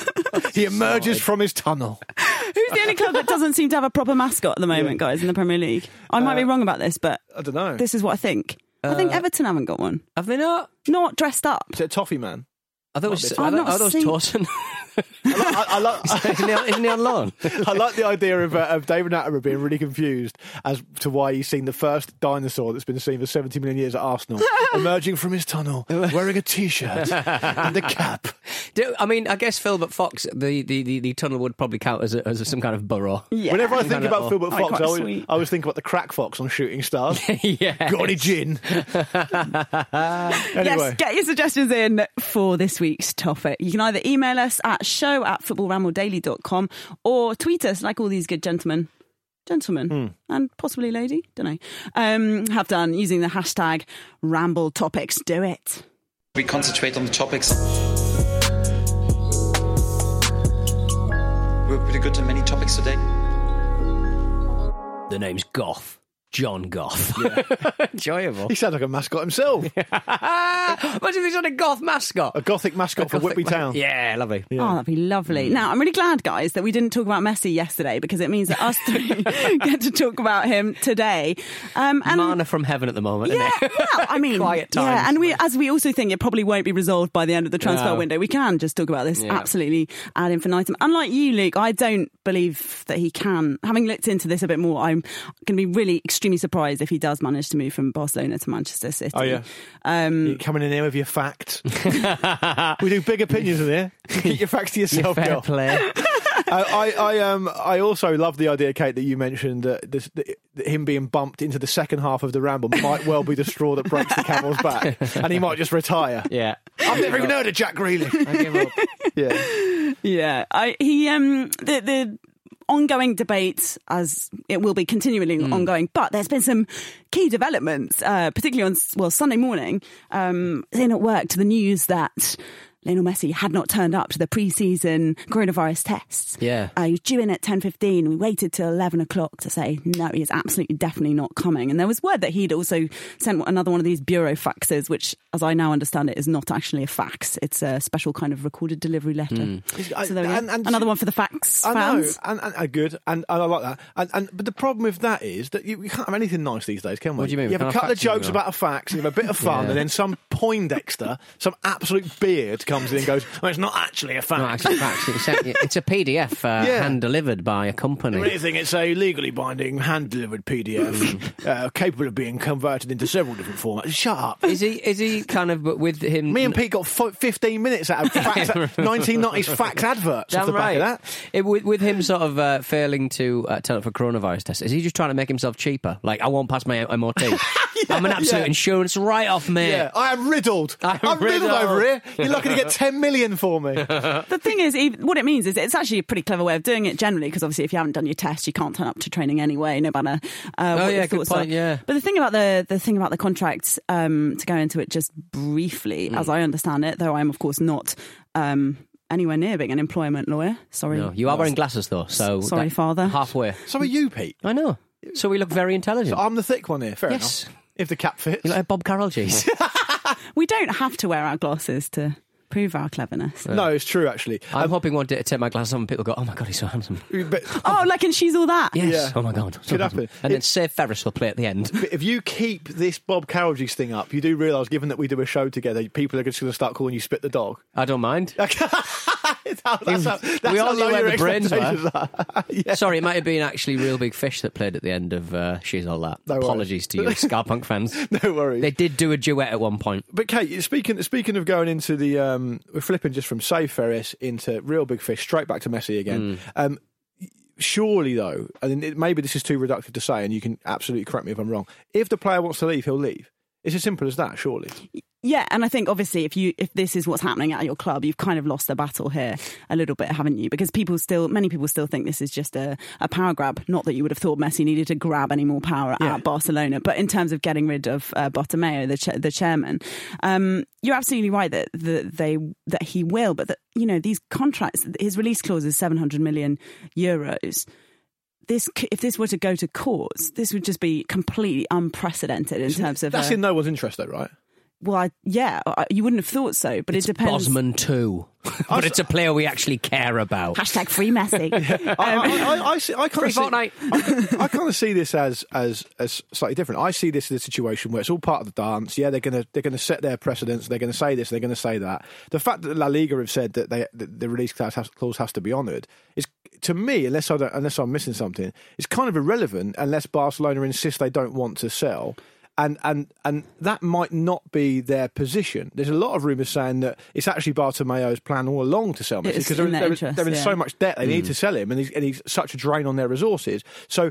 Speaker 2: He emerges from his tunnel.
Speaker 1: Who's the only club that doesn't seem to have a proper mascot at the moment, guys, in the Premier League? I might be
Speaker 2: Uh,
Speaker 1: wrong about this, but
Speaker 2: I don't know.
Speaker 1: this is what I think. I think
Speaker 2: Uh,
Speaker 1: Everton haven't got one.
Speaker 3: Have they not?
Speaker 1: Not dressed up.
Speaker 2: Is it Toffee Man?
Speaker 3: Are those,
Speaker 1: I've
Speaker 3: are, tho-
Speaker 1: not
Speaker 3: are those
Speaker 1: seen-
Speaker 3: Torsen?
Speaker 2: I, like- I, I, like-
Speaker 3: *laughs* isn't, he on, isn't he on loan? *laughs*
Speaker 2: I like the idea of, uh, of David Attenborough being really confused as to why he's seen the first dinosaur that's been seen for 70 million years at Arsenal emerging from his tunnel wearing a t shirt and a cap.
Speaker 3: Do, I mean, I guess Philbert Fox, the, the, the, the tunnel would probably count as, a, as a- some kind of *laughs* burrow.
Speaker 1: Yeah.
Speaker 2: Whenever I think
Speaker 3: Kinda
Speaker 2: about
Speaker 3: all-
Speaker 2: Philbert
Speaker 1: Oh,
Speaker 2: Fox,
Speaker 1: quite
Speaker 2: I always,
Speaker 1: sweet.
Speaker 2: I always think about the crack fox on Shooting *laughs* Stars.
Speaker 3: yeah.
Speaker 2: Got any gin? anyway.
Speaker 1: Yes, get your suggestions in for this week's topic. You can either email us at show at footballrambldaily.com or tweet us like all these good gentlemen. Gentlemen
Speaker 2: Hmm.
Speaker 1: and possibly lady, don't know, um, have done using the hashtag ramble topics. Do it.
Speaker 4: We concentrate on the topics. We're pretty good in many topics today.
Speaker 3: The name's Goff. John Goth. *laughs* Enjoyable.
Speaker 2: *laughs* He sounds like a mascot himself.
Speaker 3: Ah, Imagine if he's on a goth mascot.
Speaker 2: A gothic mascot from Whitby Town.
Speaker 3: Yeah, lovely.
Speaker 1: Oh, that'd be
Speaker 2: Hmm.
Speaker 1: lovely. Now, I'm really glad, guys, that we didn't talk about Messi yesterday because it means that us
Speaker 2: *laughs*
Speaker 1: three *laughs* get to talk about him today. Um, and
Speaker 3: Mana from heaven at the moment,
Speaker 1: yeah,
Speaker 3: isn't it?
Speaker 1: well, I mean,
Speaker 3: Quiet
Speaker 1: yeah,
Speaker 3: times.
Speaker 1: and we, as we also think, it probably won't be resolved by the end of the transfer
Speaker 3: No.
Speaker 1: window. We can just talk about this
Speaker 3: Yeah.
Speaker 1: absolutely ad infinitum. Unlike you, Luke, I don't believe that he can. Having looked into this a bit more, I'm going to be really extremely surprised if he does manage to move from Barcelona to Manchester City.
Speaker 2: Oh, yeah.
Speaker 1: Um,
Speaker 2: You coming in here with your *laughs* facts. we do big opinions in here. Keep your facts to *laughs* yourself,
Speaker 3: Fair
Speaker 2: girl.
Speaker 3: play.
Speaker 2: I, I, I, um, I also love the idea, Kate, that you mentioned that, this, that him being bumped into the second half of the ramble might well be the straw that breaks the camel's *laughs* back, and he might just retire.
Speaker 3: yeah.
Speaker 2: I've never even heard of Jack Greeley.
Speaker 3: I give up.
Speaker 2: Yeah,
Speaker 1: Yeah, I, he um the the ongoing debate as it will be continually ongoing but there's been some key developments uh, particularly on s- well sunday morning um in at work to the news that Lionel Messi had not turned up to the pre-season coronavirus tests.
Speaker 3: Yeah.
Speaker 1: Uh, he was due in at 10.15. We waited till 11 o'clock to say, no, he is absolutely definitely not coming. And there was word that he'd also sent another one of these bureau faxes, which, as I now understand it, is not actually a fax. It's a special kind of recorded delivery letter. So there we go.
Speaker 2: And- and-
Speaker 1: Another one for the facts
Speaker 2: I know,
Speaker 1: fans.
Speaker 2: and, and, and good, and, and I like that. And, and but the problem with that is that you, we can't have anything nice these days, can we?
Speaker 3: What do you mean? We
Speaker 2: You have a
Speaker 3: can't have
Speaker 2: couple of
Speaker 3: facts anymore.
Speaker 2: jokes about a fact, you have a bit of fun,
Speaker 3: Yeah.
Speaker 2: and then some Poindexter, some absolute beard, comes in and goes, "Well, it's not actually a fact.
Speaker 3: No, actually, facts. It's a, it's a PDF uh,
Speaker 2: Yeah.
Speaker 3: hand delivered by a company.
Speaker 2: If anything, it's a legally binding, hand delivered
Speaker 3: Mm.
Speaker 2: PDF uh, capable of being converted into several different formats. Shut up.
Speaker 3: Is he? Is he kind of? But with him,
Speaker 2: Me and Pete got f- 15 minutes
Speaker 3: *laughs*
Speaker 2: out of facts, 1990s facts adverts off
Speaker 3: Damn
Speaker 2: the back
Speaker 3: right.
Speaker 2: of that.
Speaker 3: It- with, with him sort of uh, failing to uh, turn up for coronavirus tests, is he just trying to make himself cheaper? Like, I won't pass my MOT.
Speaker 2: *laughs*
Speaker 3: I'm an absolute
Speaker 2: yeah.
Speaker 3: insurance write-off, mate.
Speaker 2: Yeah, I am riddled.
Speaker 3: I'm
Speaker 2: I'm, riddled.
Speaker 3: riddled.
Speaker 2: over
Speaker 3: *laughs*
Speaker 2: here. You're lucky to get 10 million for me.
Speaker 1: The thing is, even, what it means is it's actually a pretty clever way of doing it generally, because obviously if you haven't done your test, you can't turn up to training anyway, no matter uh, what
Speaker 3: Oh, yeah,
Speaker 1: your
Speaker 3: good
Speaker 1: thoughts
Speaker 3: point,
Speaker 1: are.
Speaker 3: yeah.
Speaker 1: But the thing about the the thing about the contract, um, to go into it just briefly,
Speaker 3: Hmm.
Speaker 1: as I understand it, though I am of course not um, anywhere near being an employment lawyer. Sorry,
Speaker 3: No, you are wearing glasses though, so
Speaker 1: Sorry,
Speaker 3: that-
Speaker 1: Father.
Speaker 3: Halfway.
Speaker 2: So are you, Pete.
Speaker 3: I know. So we look very intelligent.
Speaker 2: I'm the thick one here. Fair
Speaker 3: Yes.
Speaker 2: enough. If the cap fits.
Speaker 3: You look like Bob
Speaker 2: *laughs*
Speaker 3: Carroll cheese.
Speaker 1: we don't have to wear our glasses to prove our
Speaker 3: Uh,
Speaker 1: cleverness.
Speaker 2: no, it's true, actually.
Speaker 3: I'm hoping one day to take my glasses off and people go, "Oh my god, he's so handsome."
Speaker 2: But
Speaker 1: Oh, like and she's all that.
Speaker 3: Yes.
Speaker 2: Yeah.
Speaker 3: Oh my god. So
Speaker 2: Could
Speaker 3: handsome.
Speaker 2: happen.
Speaker 3: And then
Speaker 2: It-
Speaker 3: Sir Ferris will play at the end.
Speaker 2: if you keep this Bob Carroll's thing up, you do realise, given that we do a show together, people are just going to start calling you Spit the Dog. *laughs*
Speaker 3: I don't mind.
Speaker 2: That's how, that's how, that's
Speaker 3: We all
Speaker 2: how
Speaker 3: knew
Speaker 2: low
Speaker 3: where
Speaker 2: your
Speaker 3: the brains were.
Speaker 2: expectations are. *laughs* yeah.
Speaker 3: Sorry, it might have been actually real big fish that played at the end of uh, She's All That.
Speaker 2: No worries.
Speaker 3: Apologies
Speaker 2: *laughs*
Speaker 3: to you, Scarpunk fans.
Speaker 2: No worries.
Speaker 3: They did do a duet at one point.
Speaker 2: But Kate, speaking speaking of going into the, um, we're flipping just from Save Ferris into real big fish, straight back to Messi again. Um, surely though, and it, maybe this is too reductive to say, and you can absolutely correct me if I'm wrong. If the player wants to leave, he'll leave. It's as simple as that, surely.
Speaker 1: Yeah, and I think obviously if you if this is what's happening at your club, you've kind of lost the battle here a little bit, haven't you? Because people still, many people still think this is just a, a power grab. Not that you would have thought Messi needed to grab any more power at Barcelona, but in terms of getting rid of uh, Bartomeu, the cha- the chairman, um, you're absolutely right that, that they that he will, but that you know these contracts, his release clause is 700 million euros this c- if this were to go to courts, this would just be completely unprecedented in terms of
Speaker 2: That's
Speaker 1: uh,
Speaker 2: in no one's interest, though,
Speaker 1: *laughs*
Speaker 2: right?
Speaker 1: well, I, yeah, I, you wouldn't have thought so, but it depends.
Speaker 2: *laughs*
Speaker 3: Bosman too, but it's a player we actually care about.
Speaker 1: Hashtag free
Speaker 3: *laughs*
Speaker 1: Messi. Um,
Speaker 2: I, I, I, I, see, I kind
Speaker 3: Free
Speaker 2: of see,
Speaker 3: Fortnite.
Speaker 2: I, I kind of see this as as as slightly different. I see this as a situation where it's all part of the dance. Yeah, they're gonna they're gonna set their precedents. They're gonna say this. They're gonna say that. The fact that La Liga have said that they that the release clause has, clause has to be honoured is to me, unless I don't, unless I'm missing something, it's kind of irrelevant unless Barcelona insist they don't want to sell. And, and and that might not be their position. There's a lot of rumours saying that it's actually Bartomeu's plan all along to sell Messi
Speaker 1: It's
Speaker 2: because
Speaker 1: in
Speaker 2: they're,
Speaker 1: their
Speaker 2: they're,
Speaker 1: interest,
Speaker 2: they're in
Speaker 1: yeah.
Speaker 2: so much debt they need to sell him, and he's, and he's such a drain on their resources. So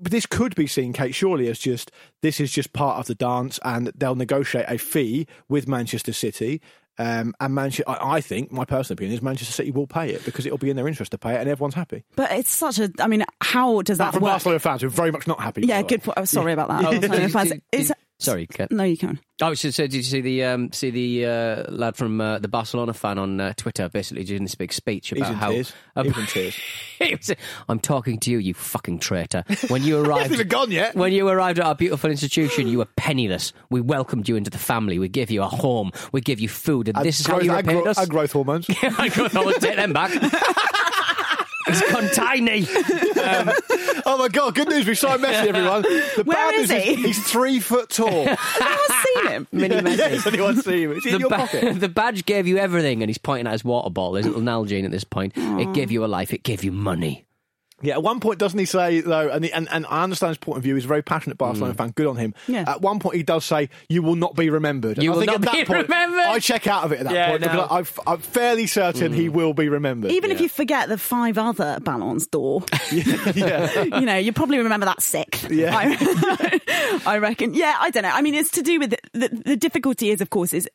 Speaker 2: but this could be seen, Kate, surely as just this is just part of the dance, and they'll negotiate a fee with Manchester City. Um, and Manchester, I, I think my personal opinion is Manchester City will pay it because it'll be in their interest to pay it, and everyone's happy.
Speaker 1: but it's such a. I mean, how does that
Speaker 2: From
Speaker 1: work?
Speaker 2: Barcelona fans, who are very much not happy. by
Speaker 1: Yeah,
Speaker 2: the way.
Speaker 1: good. point. Oh, sorry about that.
Speaker 3: Oh,
Speaker 1: Barcelona
Speaker 3: *laughs* did-
Speaker 1: fans.
Speaker 3: did-
Speaker 1: It's-
Speaker 3: did- Sorry, Kat.
Speaker 1: No, you
Speaker 3: *laughs*
Speaker 1: can.
Speaker 3: *laughs* Oh, so, so did you see the um, see the uh, lad from uh, the Barcelona fan on uh, Twitter basically doing this big speech
Speaker 2: He's
Speaker 3: about
Speaker 2: in
Speaker 3: how
Speaker 2: tears. He's in tears.
Speaker 3: *laughs* He was- I'm talking to you, you fucking traitor.
Speaker 2: *laughs*
Speaker 3: When you arrived,
Speaker 2: hasn't even gone yet.
Speaker 3: When you arrived at our beautiful institution, you were penniless. We welcomed you into the family. We gave you a home. We gave you food, and this is how
Speaker 2: growth,
Speaker 3: you
Speaker 2: and
Speaker 3: repaid
Speaker 2: gro-
Speaker 3: us.
Speaker 2: and growth hormones.
Speaker 3: I could always take them back.
Speaker 2: *laughs*
Speaker 3: It's gone *laughs* tiny. Um,
Speaker 2: oh my god! Good news, we signed Messi, everyone. The
Speaker 1: Where
Speaker 2: bad
Speaker 1: is
Speaker 2: news
Speaker 1: he?
Speaker 2: he's three foot tall.
Speaker 1: I've seen
Speaker 3: *laughs*
Speaker 1: him.
Speaker 2: *laughs*
Speaker 1: Mini
Speaker 2: yeah, he's only one seam. It's in your
Speaker 3: ba-
Speaker 2: pocket.
Speaker 3: *laughs* the badge gave you everything, and he's pointing at his water bottle, his little Nalgene at this point. It gave you a life, it gave you money.
Speaker 2: Yeah, at one point, doesn't he say though? And, the, and and I understand his point of view. He's a very passionate
Speaker 3: Mm.
Speaker 2: Barcelona fan. Good on him.
Speaker 1: Yeah.
Speaker 2: At one point, he does say, "You will not be remembered." And
Speaker 3: You
Speaker 2: I
Speaker 3: will
Speaker 2: think
Speaker 3: not
Speaker 2: at that
Speaker 3: be
Speaker 2: point,
Speaker 3: remembered.
Speaker 2: I check out of it at that
Speaker 3: Yeah,
Speaker 2: point. because
Speaker 3: no. Mm.
Speaker 2: I- I've- I'm fairly certain he will be remembered.
Speaker 1: Even if you forget the five other Ballons d'Or,
Speaker 3: *laughs*
Speaker 2: yeah. *laughs*
Speaker 1: you know, you probably remember that sixth.
Speaker 2: Yeah.
Speaker 1: I, I reckon. Yeah, I don't know. I mean, it's to do with the, the difficulty is, of course, is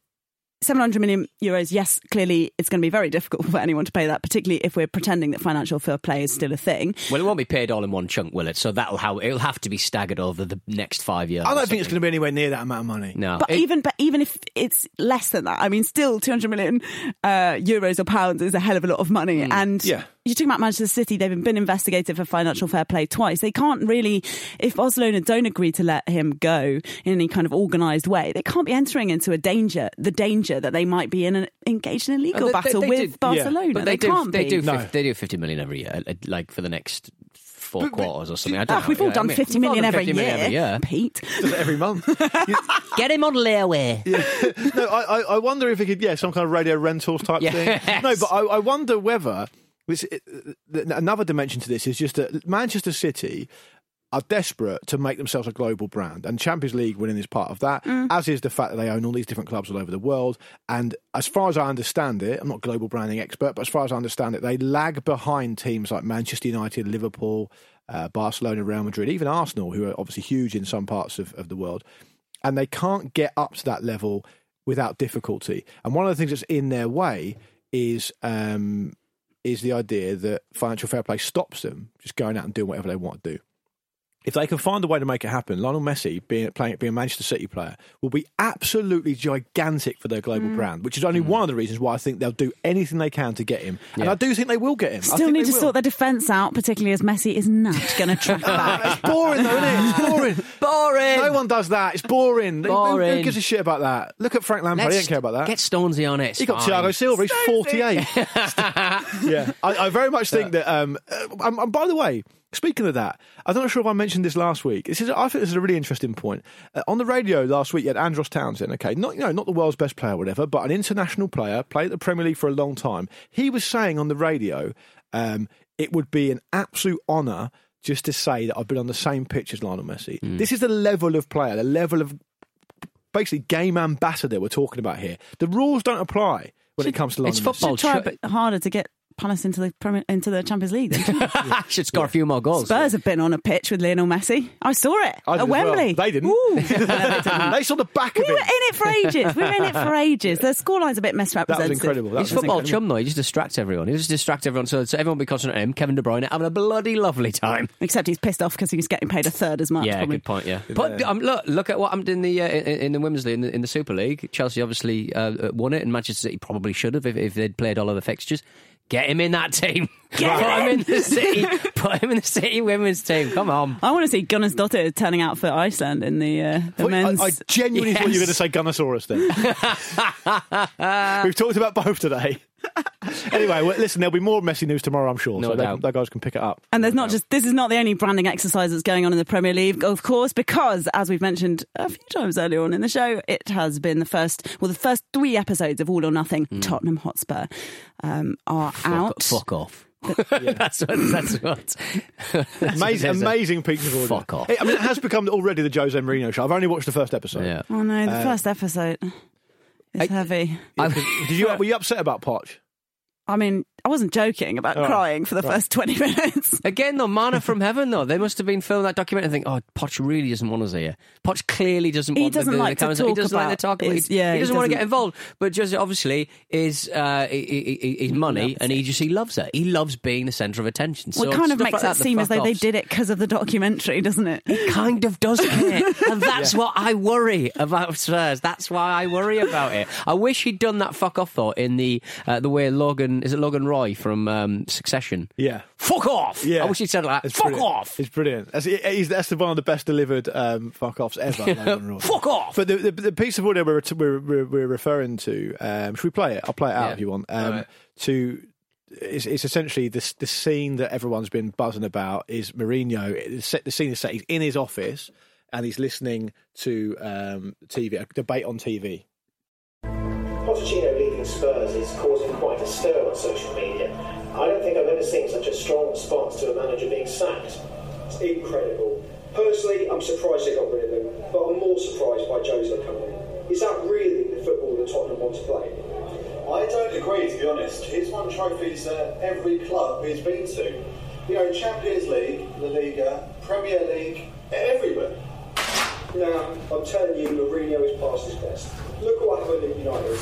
Speaker 1: 700 million euros. Yes, clearly it's going to be very difficult *laughs* for anyone to pay that, particularly if we're pretending that financial fair play is still a thing.
Speaker 3: Well, it won't be paid all in one chunk, will it? So that'll how it'll have to be staggered over the next five years.
Speaker 2: I
Speaker 3: or
Speaker 2: don't think it's going
Speaker 3: something.
Speaker 2: to be anywhere near that amount of money.
Speaker 3: No,
Speaker 1: But
Speaker 3: Oh. It-
Speaker 1: even but even if it's less than that, I mean, still 200 million uh, euros or pounds is a hell of a lot of money.
Speaker 3: Hmm.
Speaker 1: And
Speaker 2: Yeah.
Speaker 1: you're talking about Manchester City, they've been investigated for financial fair play twice. They can't really, if Barcelona don't agree to let him go in any kind of organised way, they can't be entering into a danger, the danger that they might be in an, engaged in a legal
Speaker 3: Oh, they- they-
Speaker 1: battle
Speaker 3: they
Speaker 1: with
Speaker 3: did- yeah.
Speaker 1: Barcelona.
Speaker 3: but they, do,
Speaker 1: can't
Speaker 3: they
Speaker 1: be.
Speaker 3: do,
Speaker 2: No.
Speaker 3: fif- they do fifty million every year, uh, like for the next four quarters or something. I don't
Speaker 1: Ah,
Speaker 3: know.
Speaker 1: we've
Speaker 3: You
Speaker 1: all
Speaker 3: know
Speaker 1: done
Speaker 3: what I mean?
Speaker 1: 50
Speaker 3: We've all
Speaker 1: million,
Speaker 3: done
Speaker 1: every,
Speaker 3: 50 million
Speaker 1: year, Pete.
Speaker 2: Every month.
Speaker 3: *laughs* Get him on layaway.
Speaker 2: no, I, I- I wonder if it could, yeah, some kind of radio rentals type thing.
Speaker 3: Yes.
Speaker 2: No, but I, I wonder whether this, it- th- another dimension to this is just that Manchester City are desperate to make themselves a global brand, and Champions League winning is part of that. As is the fact that they own all these different clubs all over the world. And as far as I understand it, I'm not a global branding expert, but as far as I understand it, they lag behind teams like Manchester United, Liverpool. Uh, Barcelona, Real Madrid, even Arsenal, who are obviously huge in some parts of, of the world and they can't get up to that level without difficulty. And one of the things that's in their way is um, is the idea that financial fair play stops them just going out and doing whatever they want to do. If they can find a way to make it happen, Lionel Messi, being playing being a Manchester City player, will be absolutely gigantic for their
Speaker 1: Mm.
Speaker 2: global brand, which is only one of the reasons why I think they'll do anything they can to get him. And I do think they will get him. I
Speaker 1: Still
Speaker 2: think
Speaker 1: need
Speaker 2: they
Speaker 1: to
Speaker 2: will.
Speaker 1: sort their defence out, particularly as Messi is not going to
Speaker 3: *laughs*
Speaker 1: track
Speaker 2: Ah,
Speaker 1: back.
Speaker 2: *laughs* It's boring though, isn't it?
Speaker 1: *laughs*
Speaker 2: It's boring.
Speaker 3: Boring.
Speaker 2: No one does that. It's boring. Who- who- Who,
Speaker 3: Boring.
Speaker 2: gives a shit about that? Look at Frank Lampard. he didn't care about that.
Speaker 3: Get Stonesy on it. it's
Speaker 2: he got
Speaker 3: fine.
Speaker 2: Thiago
Speaker 3: *laughs*
Speaker 2: Silva. He's 48. yeah. I, I very much think that. Um, uh, um, um, by the way, speaking of that, I'm not sure if I mentioned this last week. This is, I think this is a really interesting point. Uh, on the radio last week, you had Andros Townsend. Okay, not you know, not the world's best player, or whatever, but an international player played at the Premier League for a long time. He was saying on the radio, um, it would be an absolute honour just to say that I've been on the same pitch as Lionel Messi.
Speaker 3: Hmm.
Speaker 2: This is the level of player, the level of basically game ambassador we're talking about here. The rules don't apply when it comes to Lionel
Speaker 3: it's
Speaker 2: Messi.
Speaker 3: football.
Speaker 1: should try a
Speaker 3: Shut-
Speaker 1: bit harder to get Palace into the Premier, into the Champions
Speaker 2: *laughs*
Speaker 1: League. than Chelsea.
Speaker 3: Should score a few more goals.
Speaker 1: Spurs have been on a pitch with Lionel Messi. I saw it
Speaker 2: I
Speaker 1: at
Speaker 2: did as well.
Speaker 1: Wembley.
Speaker 2: They didn't.
Speaker 1: Ooh.
Speaker 2: *laughs* they saw the back
Speaker 1: we
Speaker 2: of
Speaker 1: were in it
Speaker 2: it.
Speaker 1: for ages. We were in it
Speaker 2: *laughs*
Speaker 1: for ages. The scoreline's a bit
Speaker 2: That was
Speaker 1: misrepresented.
Speaker 2: incredible. That
Speaker 3: He's
Speaker 2: was
Speaker 3: football
Speaker 2: incredible.
Speaker 3: chum though. He just distracts everyone. He just distracts everyone. So, so everyone will be concentrating on him. Kevin De Bruyne having a bloody lovely time.
Speaker 1: Except he's pissed off because he's getting paid a third as much.
Speaker 3: Yeah,
Speaker 1: probably.
Speaker 3: good point. Yeah, but um, look, look at what happened in the uh, in, in the women's league in the, in the Super League. Chelsea obviously uh, won it, and Manchester City probably should have if, if they'd played all of the fixtures. Get him in
Speaker 2: *laughs*
Speaker 3: that team.
Speaker 1: Get
Speaker 3: put
Speaker 1: him
Speaker 3: him in the city. put him in the city women's team. Come on.
Speaker 1: I want to see Gunnar's daughter turning out for Iceland in the, uh, the
Speaker 2: Wait,
Speaker 1: men's.
Speaker 2: I, I genuinely thought you were going to say Gunnosaurus
Speaker 3: *laughs*
Speaker 2: then. We've talked about both today. anyway, well, listen, there'll be more Messi news tomorrow, I'm sure.
Speaker 3: No
Speaker 2: so they,
Speaker 3: doubt.
Speaker 2: they guys can pick it up.
Speaker 1: And there's not just this is not the only branding exercise that's going on in the Premier League, of course, because as we've mentioned a few times earlier on in the show, it has been the first well the first three episodes of All or Nothing. Tottenham Hotspur um, are out.
Speaker 3: Hmm.
Speaker 2: *laughs*
Speaker 3: Fuck off. *laughs* that's what. That's what. that's what *laughs* it
Speaker 2: Amazing,
Speaker 3: is.
Speaker 2: amazing pieces of audio.
Speaker 3: Fuck off.
Speaker 2: It- I mean, it has become already the Jose Mourinho show. I've only watched the first episode.
Speaker 3: Yeah.
Speaker 1: Oh no, the first episode is
Speaker 3: Uh, I-
Speaker 1: heavy.
Speaker 2: *laughs* Did you, were you upset about Poch?
Speaker 1: I mean, I wasn't joking
Speaker 3: Oh,
Speaker 1: about
Speaker 2: right.
Speaker 1: crying for the first 20 *laughs* minutes.
Speaker 3: Again, though, manna
Speaker 1: *laughs*
Speaker 3: from heaven, though. They must have been filming that documentary and think, oh, Poch really doesn't want us here. Poch clearly doesn't
Speaker 1: He
Speaker 3: want
Speaker 1: doesn't
Speaker 3: the,
Speaker 1: like to
Speaker 3: the cameras. He
Speaker 1: talk
Speaker 3: doesn't like
Speaker 1: about
Speaker 3: the talk.
Speaker 1: his-
Speaker 3: He's-
Speaker 1: yeah,
Speaker 3: he
Speaker 1: he
Speaker 3: doesn't want to
Speaker 1: doesn't-
Speaker 3: get involved. But just obviously, is uh, he, he, he- he's money and he just he loves it. He loves being the centre of attention.
Speaker 1: Well,
Speaker 3: so
Speaker 1: it kind of
Speaker 3: stuff
Speaker 1: makes
Speaker 3: like
Speaker 1: it
Speaker 3: that, the
Speaker 1: seem as though they
Speaker 3: fuck-offs.
Speaker 1: did it because of the documentary, doesn't it?
Speaker 3: kind of does care. *laughs* and that's what I worry about Spurs. That's why I worry about it. I wish he'd done that fuck off though in the uh, the way Logan is it Logan Roy from um, Succession.
Speaker 2: Yeah.
Speaker 3: Fuck off.
Speaker 2: Yeah.
Speaker 3: I wish he'd said like
Speaker 2: It's
Speaker 3: fuck
Speaker 2: brilliant.
Speaker 3: off.
Speaker 2: It's brilliant. That's, it- it's- that's the one of the best delivered um, fuck offs ever.
Speaker 3: *laughs*
Speaker 2: Logan Roy.
Speaker 3: Fuck off.
Speaker 2: But the, the, the piece of audio we're, we're, we're, we're referring to, um, should we play it? I'll play it out
Speaker 3: Yeah.
Speaker 2: if you want. Um,
Speaker 3: Alright.
Speaker 2: To it's, it's essentially this the scene that everyone's been buzzing about is Mourinho. It's set, the scene is set. He's in his office and he's listening to um, TV, a debate on TV.
Speaker 5: Pochettino leaving Spurs is causing quite a stir on social media. I don't think I've ever seen such a strong response to a manager being sacked.
Speaker 6: It's incredible. Personally, I'm surprised they got rid of him, but I'm more surprised by Jose coming in. Is that really the football that Tottenham want to play?
Speaker 7: I don't agree, to be honest. He's won trophies at every club he's been to. You know, Champions League, La Liga, Premier League, everywhere.
Speaker 6: Now, I'm telling you, Mourinho is past his best. Look what happened at United.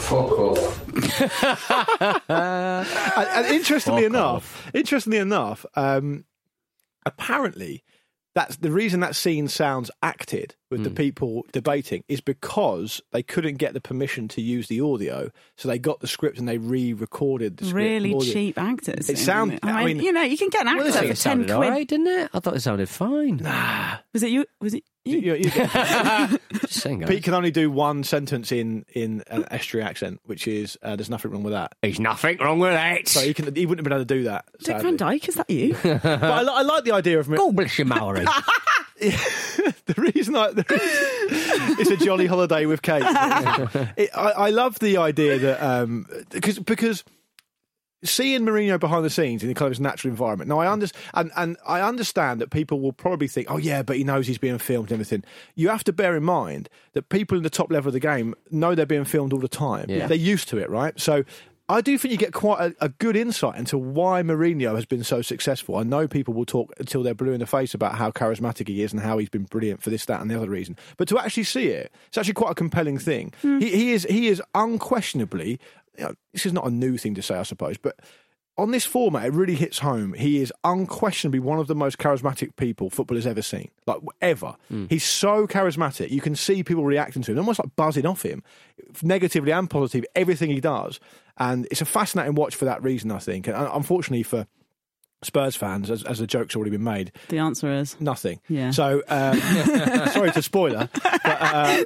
Speaker 6: Fuck off.
Speaker 2: and, and interestingly
Speaker 3: Fuck
Speaker 2: enough, interestingly enough, um, apparently that's the reason that scene sounds acted with
Speaker 1: Hmm.
Speaker 2: the people debating is because they couldn't get the permission to use the audio, so they got the script and they re-recorded the script.
Speaker 1: Really
Speaker 2: audio.
Speaker 1: cheap actors.
Speaker 2: It sound- I
Speaker 1: I mean,
Speaker 2: mean-
Speaker 1: you know, you can get an actor
Speaker 2: Well, listen,
Speaker 1: for
Speaker 3: It
Speaker 1: 10
Speaker 3: sounded
Speaker 1: quid.
Speaker 3: alright, didn't it? I thought it sounded fine.
Speaker 1: Was it you? Was it you?
Speaker 2: You- you-
Speaker 3: Just saying, guys.
Speaker 2: Pete can only do one sentence in in an estuary accent, which is uh, "There's nothing wrong with that."
Speaker 3: There's nothing wrong with it. *laughs*
Speaker 2: So he can he wouldn't have been able to do that.
Speaker 1: Dick
Speaker 2: sadly.
Speaker 1: Van Dyke, is that you?
Speaker 2: But I, li- I like the idea of
Speaker 3: Go bless you, *laughs* Maori.
Speaker 2: *laughs* the reason I. The reason- it's a jolly holiday with Kate. it, I, I love the idea that. Um, because, because seeing Mourinho behind the scenes in the kind of his natural environment. Now I understand, and, and I understand that people will probably think, "Oh yeah, but he knows he's being filmed and everything." You have to bear in mind that people in the top level of the game know they're being filmed all the time.
Speaker 3: Yeah.
Speaker 2: They're used to it, right? So. I do think you get quite a, a good insight into why Mourinho has been so successful. I know people will talk until they're blue in the face about how charismatic he is and how he's been brilliant for this, that, and the other reason. But to actually see it, it's actually quite a compelling thing. He, he is he is unquestionably. You know, this is not a new thing to say, I suppose, but on this format, it really hits home. He is unquestionably one of the most charismatic people football has ever seen, like ever. He's so charismatic. You can see people reacting to him, almost like buzzing off him, negatively and positive, everything he does. And it's a fascinating watch for that reason, I think. And uh, unfortunately for Spurs fans, as, as the joke's already been made,
Speaker 1: the answer *laughs* is.
Speaker 2: nothing.
Speaker 1: Yeah.
Speaker 2: So, um, *laughs* sorry to spoiler.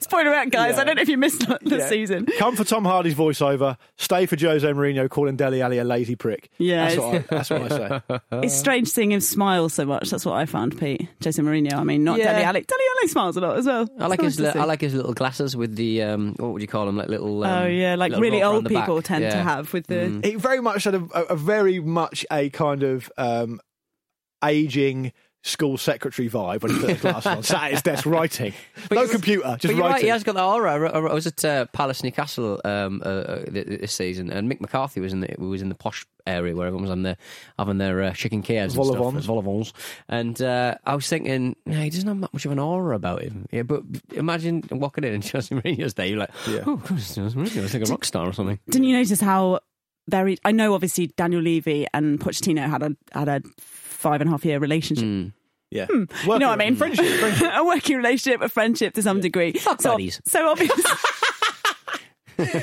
Speaker 1: Spoiler out, guys.
Speaker 2: Yeah.
Speaker 1: I don't know if you missed the
Speaker 2: Yeah.
Speaker 1: season.
Speaker 2: Come for Tom Hardy's voiceover. Stay for Jose Mourinho calling Deli Ali a lazy prick.
Speaker 1: Yeah,
Speaker 2: That's what I, that's what I
Speaker 1: *laughs*
Speaker 2: say.
Speaker 3: Uh,
Speaker 1: It's strange seeing him smile so much. That's what I found, Pete. Jason Mourinho, I mean, not
Speaker 3: Yeah.
Speaker 1: Deli Ali. Deli Ali smiles a lot as well.
Speaker 3: I like
Speaker 1: It's
Speaker 3: his
Speaker 1: nice
Speaker 3: li-
Speaker 1: to
Speaker 3: I
Speaker 1: see.
Speaker 3: like his little glasses with the um, what would you call them like little um,
Speaker 1: Oh, yeah, like
Speaker 3: little
Speaker 1: really
Speaker 3: rock around
Speaker 1: old
Speaker 3: the back.
Speaker 1: people tend to
Speaker 3: Yeah. Mm.
Speaker 1: have with the.
Speaker 2: It very much had a, a, a very much a kind of um, aging school secretary vibe when he put the
Speaker 1: *laughs*
Speaker 2: glass on, sat at his desk writing. no
Speaker 3: you're-
Speaker 2: computer, just
Speaker 3: but you're right,
Speaker 2: writing.
Speaker 3: he has got that aura. I, re- I re- I was at uh, Palace Newcastle um, uh, uh, th- th- this season, and Mick McCarthy was in the was in the posh area where everyone was on their, having their uh, chicken Kiers and stuff,
Speaker 2: Vol-au-vents.
Speaker 3: vol-au-vents. And uh, I was thinking, no, he doesn't have that much of an aura about him. Yeah, but imagine walking in and *laughs* Jose Mourinho's there, you're like,
Speaker 2: Yeah.
Speaker 1: Hmm.
Speaker 3: oh, God, it's Jose Mourinho, it's like a rock star or something.
Speaker 1: Didn't you notice how very? I know, obviously, Daniel Levy and Pochettino had a had a five and a half year relationship.
Speaker 2: yeah.
Speaker 1: Hmm. You know what I mean?
Speaker 2: Friendship. friendship.
Speaker 1: *laughs* a working relationship, a friendship to some degree. so,
Speaker 3: buddies.
Speaker 1: so obviously. *laughs*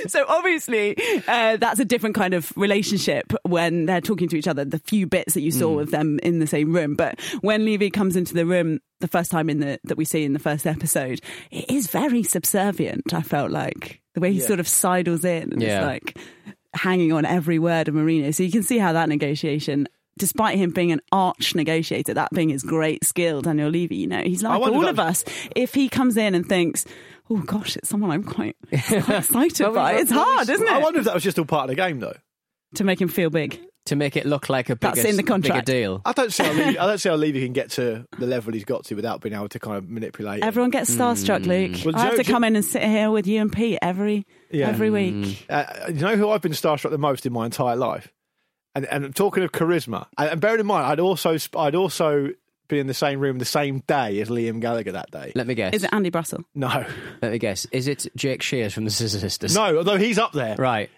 Speaker 1: So obviously, uh, that's a different kind of relationship when they're talking to each other. The few bits that you saw of them in the same room, but when Levy comes into the room the first time in the that we see in the first episode, it is very subservient. I felt like the way he
Speaker 2: Yeah.
Speaker 1: sort of sidles in and
Speaker 3: Yeah.
Speaker 1: is like hanging on every word of Marino. So you can see how that negotiation. Despite him being an arch negotiator, that being his great skill, Daniel Levy, you know, he's like
Speaker 2: wonder
Speaker 1: all
Speaker 2: if
Speaker 1: of
Speaker 2: that
Speaker 1: us. If he comes in and thinks, oh gosh, it's someone I'm
Speaker 2: *laughs*
Speaker 1: quite, quite excited
Speaker 3: Well, we-
Speaker 1: by,
Speaker 3: well,
Speaker 1: it's
Speaker 3: well,
Speaker 1: hard,
Speaker 3: we-
Speaker 1: isn't
Speaker 2: I
Speaker 1: it?
Speaker 2: wonder if that was just all part of the game, though.
Speaker 1: To make him feel big.
Speaker 3: To make it look like a bigger,
Speaker 1: That's in the contract.
Speaker 3: bigger deal.
Speaker 2: I don't see how
Speaker 1: *laughs*
Speaker 2: Levy, I don't see how Levy can get to the level he's got to without being able to kind of manipulate. him.
Speaker 1: Everyone gets starstruck, Luke.
Speaker 2: Hmm. Well,
Speaker 1: I have
Speaker 2: Joe-
Speaker 1: to come in and sit here with you and Pete every
Speaker 2: Yeah.
Speaker 1: every week.
Speaker 2: Uh, you know who I've been starstruck the most in my entire life? And and talking of charisma, and, and bearing in mind, I'd also sp- I'd also be in the same room the same day as Liam Gallagher that day.
Speaker 3: Let me guess.
Speaker 1: Is it Andy Brassel?
Speaker 2: No, *laughs*
Speaker 3: Let me guess. Is it Jake Shears from the Scissor Sisters?
Speaker 2: no. Although he's up there.
Speaker 3: Right.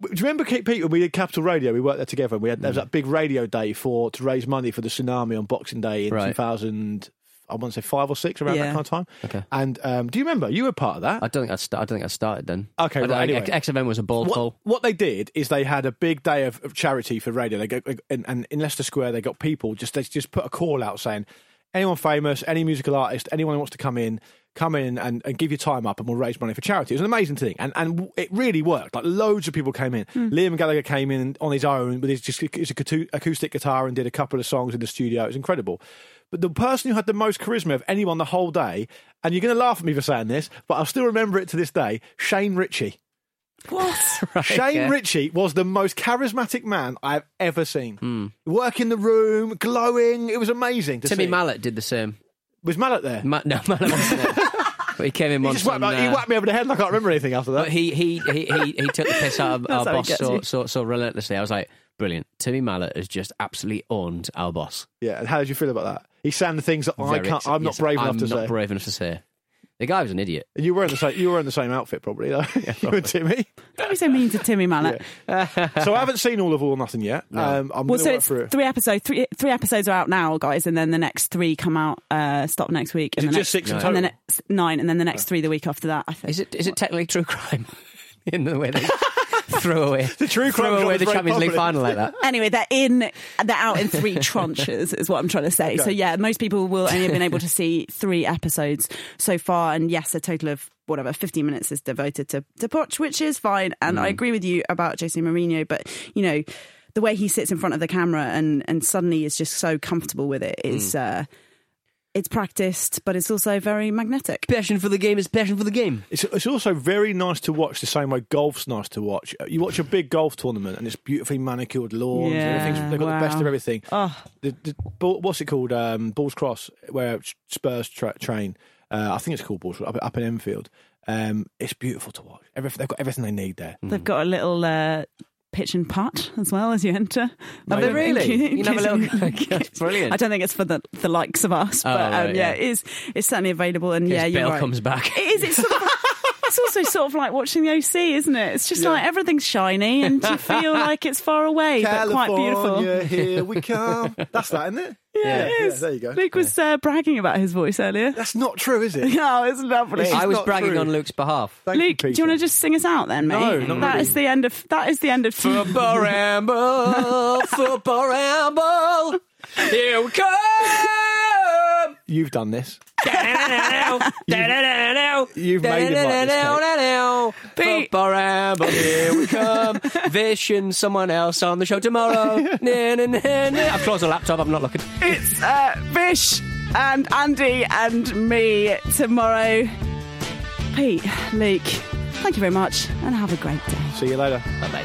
Speaker 2: Do you remember Pete? When we did Capital Radio, we worked there together. And we had there
Speaker 3: Mm.
Speaker 2: was that big radio day for to raise money for the tsunami on Boxing Day in
Speaker 3: Right.
Speaker 2: 2000. I want to say five or six around
Speaker 1: Yeah.
Speaker 2: that kind of time.
Speaker 3: Okay.
Speaker 2: And um, do you remember? You were part of that.
Speaker 3: I don't think I, sta- I don't think I started then.
Speaker 2: Okay,
Speaker 3: I don't-
Speaker 2: right,
Speaker 3: I-
Speaker 2: anyway.
Speaker 3: X- XFM was a ball
Speaker 2: What,
Speaker 3: call.
Speaker 2: what they did is they had a big day of, of charity for radio. They go, and, and in Leicester Square, they got people just they just put a call out saying, anyone famous, any musical artist, anyone who wants to come in, come in and, and give your time up, and we'll raise money for charity. It was an amazing thing, and and it really worked. Like loads of people came in. Liam Gallagher came in on his own with his just his acou- acoustic guitar and did a couple of songs in the studio. It was incredible. But the person who had the most charisma of anyone the whole day, and you're going to laugh at me for saying this, but I'll still remember it to this day, Shane Ritchie.
Speaker 1: What?
Speaker 2: Shane
Speaker 3: yeah.
Speaker 2: Ritchie was the most charismatic man I've ever seen. Work in the room, glowing. It was amazing. To
Speaker 3: Hmm. Timmy
Speaker 2: see.
Speaker 3: Mallet did the same.
Speaker 2: was Mallet there.
Speaker 3: Ma- no, *laughs* Mallet wasn't it. But he came in
Speaker 2: He
Speaker 3: once.
Speaker 2: just whacked,
Speaker 3: on,
Speaker 2: me- he
Speaker 3: uh,
Speaker 2: whacked me over the head. and I can't remember anything after
Speaker 3: But
Speaker 2: that.
Speaker 3: he he he he, he took the
Speaker 2: *laughs*
Speaker 3: piss out of
Speaker 1: That's
Speaker 3: our
Speaker 1: how he
Speaker 3: boss
Speaker 1: gets
Speaker 3: so,
Speaker 1: you.
Speaker 3: so so relentlessly. I was like, brilliant. Timmy Mallet has just absolutely owned our boss.
Speaker 2: Yeah. And how did you feel about that? He sang the things that I
Speaker 3: Very
Speaker 2: can't.
Speaker 3: ex-
Speaker 2: I'm not
Speaker 3: yes,
Speaker 2: brave enough
Speaker 3: I'm
Speaker 2: to
Speaker 3: not
Speaker 2: say.
Speaker 3: brave enough to say. The guy was an idiot.
Speaker 2: and you were in the same. You were in the same outfit, probably. Though. *laughs* you and Timmy.
Speaker 1: Don't be so mean to Timmy Mallet.
Speaker 2: So I haven't seen all of All or Nothing yet. Um, I'm
Speaker 1: Well,
Speaker 2: going to
Speaker 1: so
Speaker 2: work
Speaker 1: it's
Speaker 2: through it.
Speaker 1: three episodes. Three three episodes are out now, guys, and then the next three come out. Uh, stop next week.
Speaker 2: Is
Speaker 1: and
Speaker 2: it
Speaker 1: the
Speaker 2: just
Speaker 1: next,
Speaker 2: six in
Speaker 1: And
Speaker 2: total? Oh.
Speaker 1: the next nine, and then the next three the week after that. I think.
Speaker 3: Is it is it technically true crime in the way they throw away the
Speaker 2: true crime
Speaker 3: throw
Speaker 2: genre
Speaker 3: away
Speaker 2: is
Speaker 3: the
Speaker 2: very
Speaker 3: Champions League
Speaker 2: popular.
Speaker 3: final like that?
Speaker 1: Anyway, they're in, they're out in three tranches, is what I'm trying to say. So yeah, most people will only have been able to see three episodes so far, and yes, a total of whatever 15 minutes is devoted to to Poch, which is fine. And I agree with you about Jose Mourinho, but you know, the way he sits in front of the camera and and suddenly is just so comfortable with it is. Uh, it's practiced, but it's also very magnetic.
Speaker 3: Passion for the game is passion for the game.
Speaker 2: It's, it's also very nice to watch the same way golf's nice to watch. You watch a big golf tournament and it's beautifully manicured lawns.
Speaker 1: Yeah,
Speaker 2: and everything's, they've got the best
Speaker 1: wow.
Speaker 2: of everything.
Speaker 1: Oh.
Speaker 2: The, the, ball, what's it called? Um, Balls Cross, where Spurs tra- train. Uh, I think it's called Balls Cross, up, up in Enfield. Um, it's beautiful to watch. Everyth- they've got everything they need there.
Speaker 1: They've got a little uh, pitch and putt as well as you enter. Have
Speaker 2: they
Speaker 3: really? You can have
Speaker 1: *laughs*
Speaker 3: a little- That's brilliant. Oh,
Speaker 1: I don't think it's for the, the likes of us, but
Speaker 3: right,
Speaker 1: um, yeah,
Speaker 3: yeah.
Speaker 1: it is. It's certainly available, and yeah,
Speaker 3: His
Speaker 1: you're
Speaker 3: bail
Speaker 1: right.
Speaker 3: comes back.
Speaker 1: It is. It's, sort of, *laughs* it's also sort of like watching the OC, isn't it? It's just like everything's shiny, and you
Speaker 3: *laughs*
Speaker 1: feel like it's far away, but quite beautiful.
Speaker 2: California, here we come. That's that, isn't it?
Speaker 1: Yeah, it
Speaker 2: Yeah,
Speaker 1: is.
Speaker 2: there you go.
Speaker 1: Luke was uh, bragging about his voice
Speaker 3: *laughs*
Speaker 1: earlier. *laughs*
Speaker 2: That's not true, is it?
Speaker 1: Oh, it's lovely.
Speaker 2: It's
Speaker 3: I was
Speaker 2: not
Speaker 3: bragging
Speaker 2: true.
Speaker 3: on Luke's behalf.
Speaker 2: Thank
Speaker 1: Luke, do you
Speaker 2: Peter.
Speaker 1: want to just sing us out then, mate?
Speaker 2: No, not
Speaker 1: That
Speaker 2: really.
Speaker 1: is the end of that is the end of
Speaker 3: Football ramble, football ramble. Here we come.
Speaker 2: You've done this.
Speaker 3: You've
Speaker 2: You've made him like
Speaker 1: Pete.
Speaker 3: Football ramble, here we come. Vish and someone else on the show tomorrow. Na, na, na, na. I've closed the laptop, I'm not looking.
Speaker 1: It's uh, Vish and Andy and me tomorrow. Pete, Luke, thank you very much and have a great day.
Speaker 2: See you later.
Speaker 3: Bye-bye.